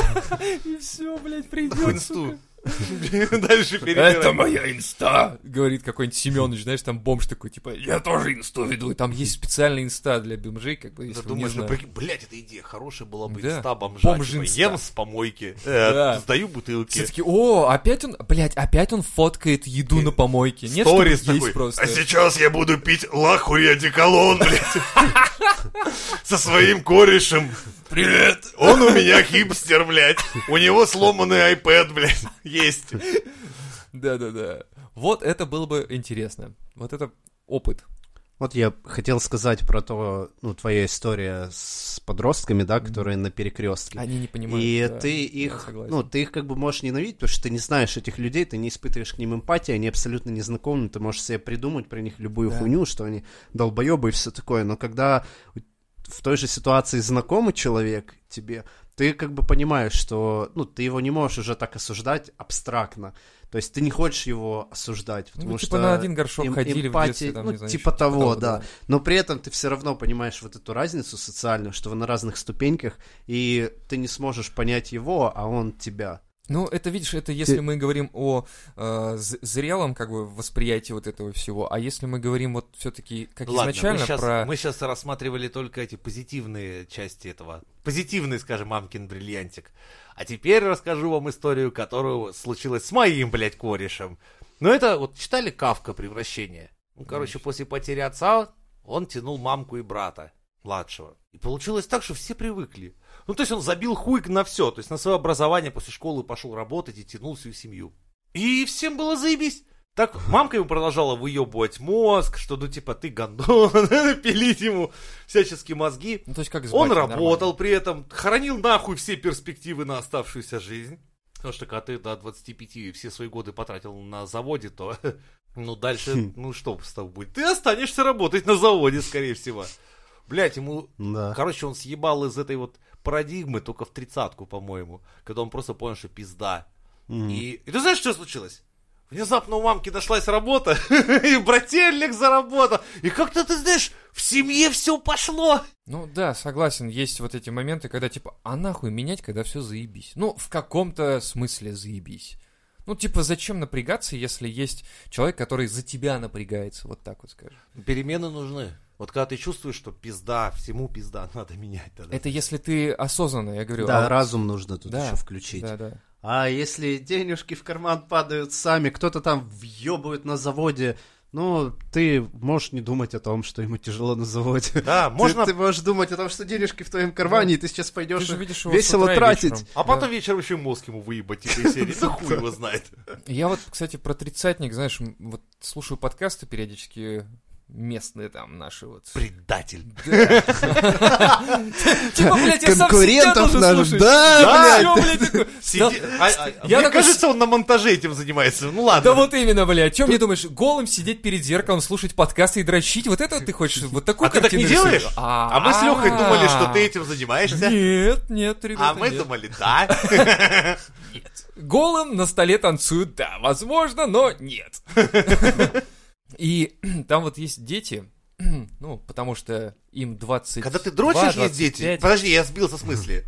Speaker 1: и все, блядь,
Speaker 2: В
Speaker 1: придет, сука.
Speaker 2: инсту. Дальше
Speaker 1: Это
Speaker 2: перебираем.
Speaker 1: моя инста, говорит какой-нибудь Семенович, знаешь, там бомж такой, типа, я тоже инсту веду. И Там есть специальная инста для бомжей, как бы, если
Speaker 2: Ты
Speaker 1: вы не
Speaker 2: думаешь, ну,
Speaker 1: знали.
Speaker 2: прикинь, блядь, эта идея хорошая была бы.
Speaker 1: Да.
Speaker 2: Инста бомжа.
Speaker 1: Бомж
Speaker 2: типа,
Speaker 1: инста.
Speaker 2: Ем с помойки. э,
Speaker 1: Да.
Speaker 2: Сдаю
Speaker 1: Все
Speaker 2: бутылки.
Speaker 1: таки о, опять он, блядь, опять он фоткает еду на помойке. Нет, чтобы
Speaker 2: Сторис
Speaker 1: есть
Speaker 2: такой.
Speaker 1: просто.
Speaker 2: А сейчас я буду пить лахуя деколон, блядь. Со своим корешем. Привет. Он у меня хипстер, блядь. У него сломанный iPad, блядь. Есть.
Speaker 1: Да-да-да. Вот это было бы интересно. Вот это опыт.
Speaker 5: Вот я хотел сказать про то, ну, твоя история с подростками, да, которые на перекрестке.
Speaker 1: Они не понимают.
Speaker 5: И
Speaker 1: да.
Speaker 5: ты
Speaker 1: Я
Speaker 5: их,
Speaker 1: согласен.
Speaker 5: ну, ты их как бы можешь ненавидеть, потому что ты не знаешь этих людей, ты не испытываешь к ним эмпатии, они абсолютно незнакомы, ты можешь себе придумать про них любую
Speaker 1: Да.
Speaker 5: хуйню, что они долбоебы и все такое, но когда у- в той же ситуации знакомый человек тебе, ты как бы понимаешь, что, ну, ты его не можешь уже так осуждать абстрактно, то есть ты не хочешь его осуждать,
Speaker 1: Ну,
Speaker 5: потому
Speaker 1: вы,
Speaker 5: что...
Speaker 1: типа на один горшок
Speaker 5: Эм-
Speaker 1: ходили в
Speaker 5: эмпатии,
Speaker 1: детстве, там,
Speaker 5: ну,
Speaker 1: не знаю,
Speaker 5: типа
Speaker 1: что-то
Speaker 5: того, да. Но при этом ты все равно понимаешь вот эту разницу социальную, что вы на разных ступеньках, и ты не сможешь понять его, а он тебя.
Speaker 1: Ну, это, видишь, это если мы говорим о э, з- зрелом, как бы, восприятии вот этого всего, а если мы говорим вот все-таки, как
Speaker 2: Ладно,
Speaker 1: изначально,
Speaker 2: мы сейчас,
Speaker 1: про...
Speaker 2: рассматривали только эти позитивные части этого. Позитивный, скажем, мамкин бриллиантик. А теперь расскажу вам историю, которую случилась с моим, блядь, корешем. Ну это, вот читали Кавка «Превращение»? Ну, короче, после потери отца он тянул мамку и брата младшего. И получилось так, что все привыкли. Ну, то есть он забил хуй на все. То есть на свое образование после школы пошел работать и тянул всю семью. И всем было заебись. Так мамка ему продолжала выебывать мозг, что ну типа ты гандон, пилить ему всяческие мозги.
Speaker 1: Ну, то есть как с
Speaker 2: Он
Speaker 1: батей
Speaker 2: работал
Speaker 1: нормально.
Speaker 2: при этом, хоронил нахуй все перспективы на оставшуюся жизнь. Потому что когда ты до 25 все свои годы потратил на заводе, то ну дальше, ну что с тобой будет? Ты останешься работать на заводе, скорее всего. Блять, ему
Speaker 5: Да.
Speaker 2: Короче, он съебал из этой вот парадигмы только в тридцатку, по-моему, когда он просто понял, что пизда. И, и ты знаешь, что случилось? Внезапно у мамки нашлась работа, и брательник заработал. И как-то, ты знаешь, в семье все пошло.
Speaker 1: Ну да, согласен, есть вот эти моменты, когда типа, а нахуй менять, когда все заебись. Ну, в каком-то смысле заебись. Ну, типа, зачем напрягаться, если есть человек, который за тебя напрягается, вот так вот скажем.
Speaker 2: Перемены нужны. Вот когда ты чувствуешь, что пизда, всему пизда, надо менять тогда.
Speaker 1: Это если ты осознанно, я говорю.
Speaker 5: Да,
Speaker 1: а-
Speaker 5: разум нужно тут
Speaker 1: Да,
Speaker 5: еще включить.
Speaker 1: Да, да.
Speaker 5: А если денежки в карман падают сами, кто-то там въебывает на заводе, ну, ты можешь не думать о том, что ему тяжело на заводе.
Speaker 2: Да, можно...
Speaker 5: Ты, ты можешь думать о том, что денежки в твоем кармане, и ты сейчас
Speaker 1: Ты
Speaker 5: пойдешь
Speaker 1: же
Speaker 5: их
Speaker 1: видишь его с
Speaker 5: весело
Speaker 1: утра и
Speaker 5: тратить.
Speaker 1: вечером.
Speaker 2: А потом вечером еще мозг ему выебать типа из этой серии. Да хуй его знает.
Speaker 1: Я вот, кстати, про тридцатник, знаешь, м, вот слушаю подкасты периодически местные там наши вот.
Speaker 2: Предатель.
Speaker 1: Типа, блядь, я сам себя
Speaker 5: Конкурентов
Speaker 1: должен
Speaker 5: наш-
Speaker 1: слушать.
Speaker 5: да,
Speaker 1: Да, всё, блядь, такое.
Speaker 2: Сиди- а- а-
Speaker 1: я
Speaker 2: Мне
Speaker 1: такой-
Speaker 2: кажется, он на монтаже этим занимается. Ну ладно.
Speaker 1: Да вот именно, блядь, чем не думаешь? Голым сидеть перед зеркалом, слушать подкасты и дрочить? Вот это вот ты хочешь? Вот такую
Speaker 2: А ты так не
Speaker 1: картину рисуешь? А,
Speaker 2: делаешь? А мы с Лехой думали, что ты этим занимаешься.
Speaker 1: Нет, нет, ребята,
Speaker 2: А мы
Speaker 1: нет.
Speaker 2: думали, да.
Speaker 1: Голым на столе танцуют, да, возможно, но нет. И там вот есть дети, ну, потому что им 20
Speaker 2: Когда ты дрочишь, есть дети. Подожди, я сбился с мысли.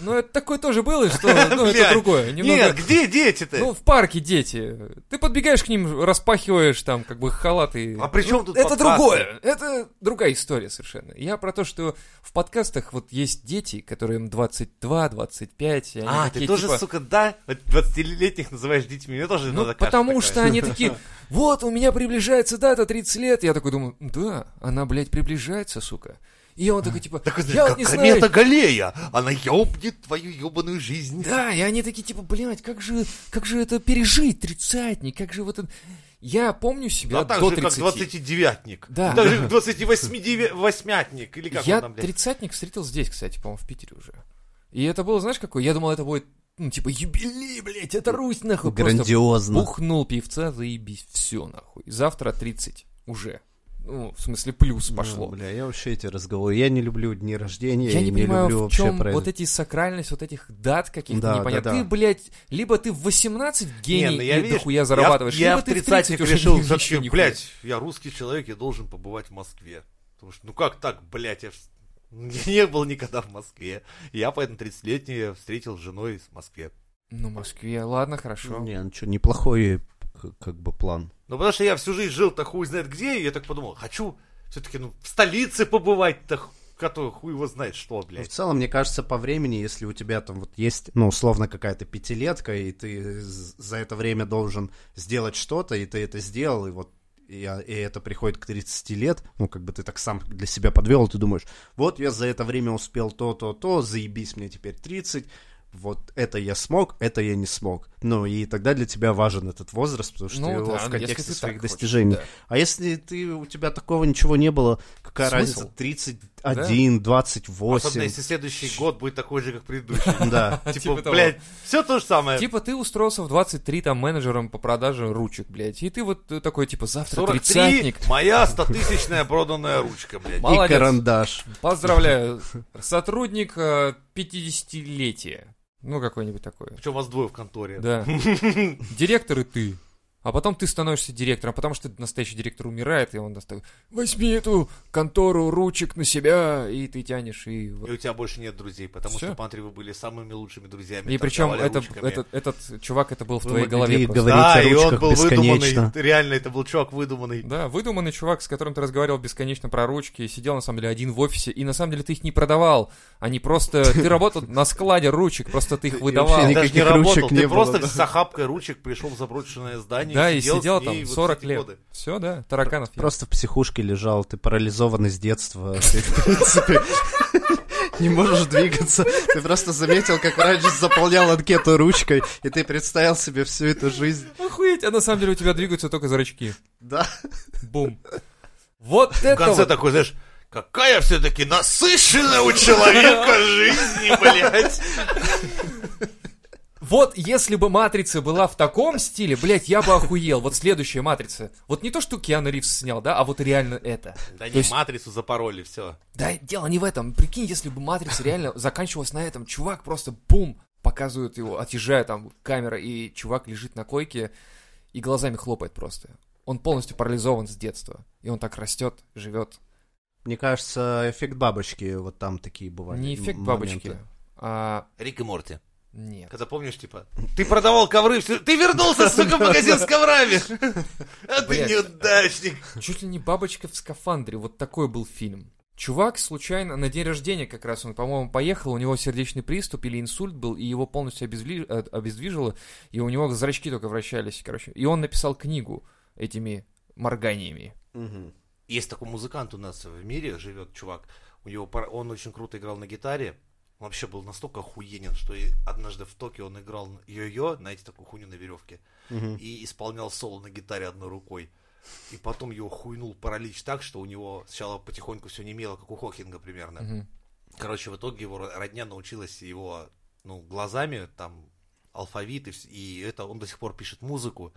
Speaker 1: Ну, это такое тоже было, что... Ну, это
Speaker 2: Блядь.
Speaker 1: другое. немного-
Speaker 2: Нет, где дети-то?
Speaker 1: Ну, в парке дети. Ты подбегаешь к ним, распахиваешь там как бы халаты.
Speaker 2: А при чем тут
Speaker 1: Это
Speaker 2: подкасты?
Speaker 1: другое. Это другая история совершенно. Я про то, что в подкастах вот есть дети, которым 22, 25. и они
Speaker 2: А,
Speaker 1: такие,
Speaker 2: ты тоже,
Speaker 1: типа,
Speaker 2: сука, да? вот 20-летних называешь детьми. Мне тоже
Speaker 1: Ну,
Speaker 2: иногда кажется
Speaker 1: потому
Speaker 2: такая.
Speaker 1: что они такие, вот, у меня приближается дата 30 лет. Я такой думаю, да, она, блядь, приближается, сука. И он такой, типа,
Speaker 2: Такой,
Speaker 1: я вот
Speaker 2: знаешь,
Speaker 1: не
Speaker 2: как
Speaker 1: знаю,
Speaker 2: комета Галея. Она ёбнет твою ёбаную жизнь.
Speaker 1: Да, и они такие, типа, блядь, как же, как же это пережить, тридцатник, как же вот это... Я помню себя
Speaker 2: А так
Speaker 1: до
Speaker 2: же,
Speaker 1: 30.
Speaker 2: как 29-ник.
Speaker 1: Да.
Speaker 2: Так же, как 28-ник. Или как
Speaker 1: я
Speaker 2: он там, блядь?
Speaker 1: тридцатник встретил здесь, кстати, по-моему, в Питере уже. И это было, знаешь, какое? Я думал, это будет, ну, типа, юбилей, блядь, это Русь, нахуй. Просто
Speaker 5: Грандиозно.
Speaker 1: бухнул певца, заебись, все, нахуй. Завтра 30 уже. ну, в смысле, плюс пошло.
Speaker 5: бля, я вообще эти разговоры, я не люблю дни рождения,
Speaker 1: Я
Speaker 5: и
Speaker 1: не понимаю,
Speaker 5: люблю
Speaker 1: в
Speaker 5: вообще
Speaker 1: чем
Speaker 5: про
Speaker 1: вот
Speaker 5: это.
Speaker 1: эти сакральность вот этих дат каких-то
Speaker 5: Да, да,
Speaker 1: непонятно.
Speaker 5: да.
Speaker 1: Ты, блядь, либо ты в 18 гений
Speaker 2: Не, ну я,
Speaker 1: и
Speaker 2: видишь,
Speaker 1: дохуя
Speaker 2: я-
Speaker 1: зарабатываешь,
Speaker 2: Я,
Speaker 1: либо
Speaker 2: в
Speaker 1: ты в
Speaker 2: 30
Speaker 1: уже
Speaker 2: решил,
Speaker 1: ничего
Speaker 2: зачем,
Speaker 1: не
Speaker 2: блядь, я русский человек, я должен побывать в Москве. Потому что, ну как так, блядь, я ж не был никогда в Москве. И Я поэтому 30-летний встретил с женой в Москве.
Speaker 1: хуя. Ну, Москве, ладно, хорошо.
Speaker 5: Не, ну что, неплохой к- как бы план.
Speaker 2: Ну потому что я всю жизнь жил-то хуй знает где, и я так подумал, хочу все-таки ну, в столице побывать-то, который хуй его знает что,
Speaker 5: Ну, в
Speaker 2: блядь.
Speaker 5: целом, мне кажется, по времени, если у тебя там вот есть, ну, условно, какая-то пятилетка, и ты з- за это время должен сделать что-то, и ты это сделал, и вот и, а- и это приходит к 30 лет, ну, как бы ты так сам для себя подвел, и ты думаешь, вот я за это время успел то, то, то, заебись, мне теперь 30, вот это я смог, это я не смог. Ну, и тогда для тебя важен этот возраст, потому что
Speaker 1: Ну
Speaker 5: его
Speaker 1: да,
Speaker 5: в
Speaker 1: если ты
Speaker 5: контексте своих
Speaker 1: так хочешь,
Speaker 5: достижений.
Speaker 1: да.
Speaker 5: А если ты, у тебя такого ничего не было, какая
Speaker 1: Смысл?
Speaker 5: разница, 31, 28.
Speaker 2: Особенно если следующий год будет такой же, как предыдущий.
Speaker 5: Да.
Speaker 2: Типа,
Speaker 1: Типа того.
Speaker 2: блядь, все то же самое.
Speaker 1: Типа ты устроился в 23 там менеджером по продаже ручек, блядь, и ты вот э, такой, типа, завтра
Speaker 2: 43,
Speaker 1: тридцатник.
Speaker 2: моя стотысячная проданная ручка, блядь.
Speaker 5: И
Speaker 1: Молодец.
Speaker 5: карандаш.
Speaker 1: Поздравляю, сотрудник э, 50-летия. Ну, какой-нибудь такой.
Speaker 2: Причем вас двое в конторе.
Speaker 1: Да. Директор и ты. А потом ты становишься директором, а потому что настоящий директор умирает, и он нас такой, возьми эту контору ручек на себя, и ты тянешь, и... вот.
Speaker 2: И у тебя больше нет друзей, потому
Speaker 1: Всё.
Speaker 2: что Пантри вы были самыми лучшими друзьями.
Speaker 1: И причем
Speaker 2: торговали
Speaker 1: это,
Speaker 2: ручками.
Speaker 1: этот, этот чувак, это был в
Speaker 5: Вы
Speaker 1: твоей голове
Speaker 5: могли
Speaker 1: просто.
Speaker 5: говорить.
Speaker 2: Да,
Speaker 5: говорится,
Speaker 2: и он
Speaker 5: ручках
Speaker 2: был
Speaker 5: бесконечно.
Speaker 2: выдуманный. Реально, это был чувак выдуманный.
Speaker 1: Да, выдуманный чувак, с которым ты разговаривал бесконечно про ручки, и сидел на самом деле один в офисе, и на самом деле ты их не продавал, они просто... Ты работал на складе ручек, просто ты их выдавал.
Speaker 5: вообще
Speaker 2: Ты даже не
Speaker 5: Никаких
Speaker 2: работал,
Speaker 5: ручек не
Speaker 2: ты
Speaker 5: было,
Speaker 2: просто
Speaker 5: да.
Speaker 2: с охапкой ручек пришел в заброшенное здание.
Speaker 1: Да, и сидел
Speaker 2: с ней
Speaker 1: там
Speaker 2: вот
Speaker 1: 40
Speaker 2: эти годы.
Speaker 1: лет. Все, да, тараканов. ел.
Speaker 5: Просто в психушке лежал, ты парализован с детства. Ты, в принципе, не можешь двигаться. Ты просто заметил, как раньше заполнял анкету ручкой, и ты представил себе всю эту жизнь.
Speaker 1: Охуеть, а на самом деле у тебя двигаются только зрачки.
Speaker 5: Да.
Speaker 1: Бум. Вот
Speaker 2: В
Speaker 1: это
Speaker 2: конце
Speaker 1: вот
Speaker 2: такой, знаешь, какая все-таки насыщенная у человека жизнь, блядь.
Speaker 1: Вот если бы «Матрица» была в таком стиле, блядь, я бы охуел. Вот следующая «Матрица». Вот не то, что Киану Ривз снял, да, а вот реально это.
Speaker 2: Да
Speaker 1: То
Speaker 2: не,
Speaker 1: есть-
Speaker 2: матрицу запороли, все.
Speaker 1: Да, дело не в этом. Прикинь, если бы «Матрица» реально заканчивалась на этом. Чувак просто бум, показывают его, отъезжая там камера, и чувак лежит на койке и глазами хлопает просто. Он полностью парализован с детства. И он так растет, живет.
Speaker 5: Мне кажется, эффект бабочки, вот там такие бывали.
Speaker 1: Не эффект
Speaker 5: м-
Speaker 1: бабочки,
Speaker 5: моменты.
Speaker 1: а...
Speaker 2: Рик и Морти.
Speaker 1: Нет.
Speaker 2: Когда помнишь, типа, ты продавал ковры, всё- ты вернулся, сука, в магазин с коврами. А ты
Speaker 1: Блядь.
Speaker 2: неудачник.
Speaker 1: Ну, Чуть ли не бабочка в скафандре, вот такой был фильм. Чувак случайно на день рождения как раз он, по-моему, поехал, у него сердечный приступ или инсульт был, и его полностью обезвли- э, обездвижило, и у него зрачки только вращались, короче. И он написал книгу этими морганиями.
Speaker 5: Мгм.
Speaker 2: Есть такой музыкант у нас в мире, живет чувак. У него пар- он очень круто играл на гитаре. Он вообще был настолько охуенен, что и однажды в Токио он играл на- йо-йо, знаете, такую хуйню на веревке,
Speaker 5: Мгм.
Speaker 2: и исполнял соло на гитаре одной рукой. И потом его хуйнул паралич так, что у него сначала потихоньку все немело, как у Хокинга примерно.
Speaker 1: Мгм.
Speaker 2: Короче, в итоге его родня научилась его, ну, глазами, там, алфавит, и, вс- и это он до сих пор пишет музыку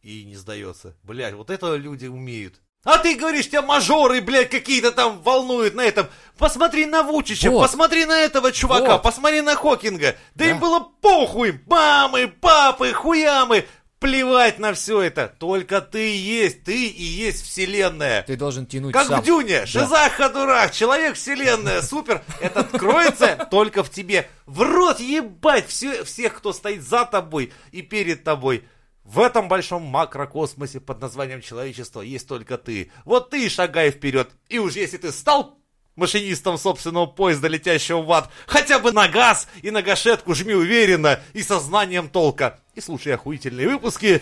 Speaker 2: и не сдается. Блядь, вот это люди умеют. А ты говоришь, тебя мажоры, блядь, какие-то там волнуют на этом. Посмотри на Вучича,
Speaker 1: Вот.
Speaker 2: посмотри на этого чувака,
Speaker 1: Вот.
Speaker 2: посмотри на Хокинга. Да,
Speaker 1: Да.
Speaker 2: им было похуй, мамы, папы, хуямы. Плевать на все это. Только ты есть, ты и есть вселенная.
Speaker 1: Ты должен тянуть
Speaker 2: Как
Speaker 1: сам.
Speaker 2: в Дюне, Шиза Хадурах, Человек Вселенная, супер, это откроется только в тебе. В рот ебать все, всех, кто стоит за тобой и перед тобой. В этом большом макрокосмосе под названием человечество есть только ты. Вот ты и шагай вперед. И уж если ты стал машинистом собственного поезда, летящего в ад, хотя бы на газ и на гашетку жми уверенно и сознанием толка. И слушай охуительные выпуски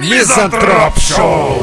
Speaker 5: Мизантроп
Speaker 2: Шоу!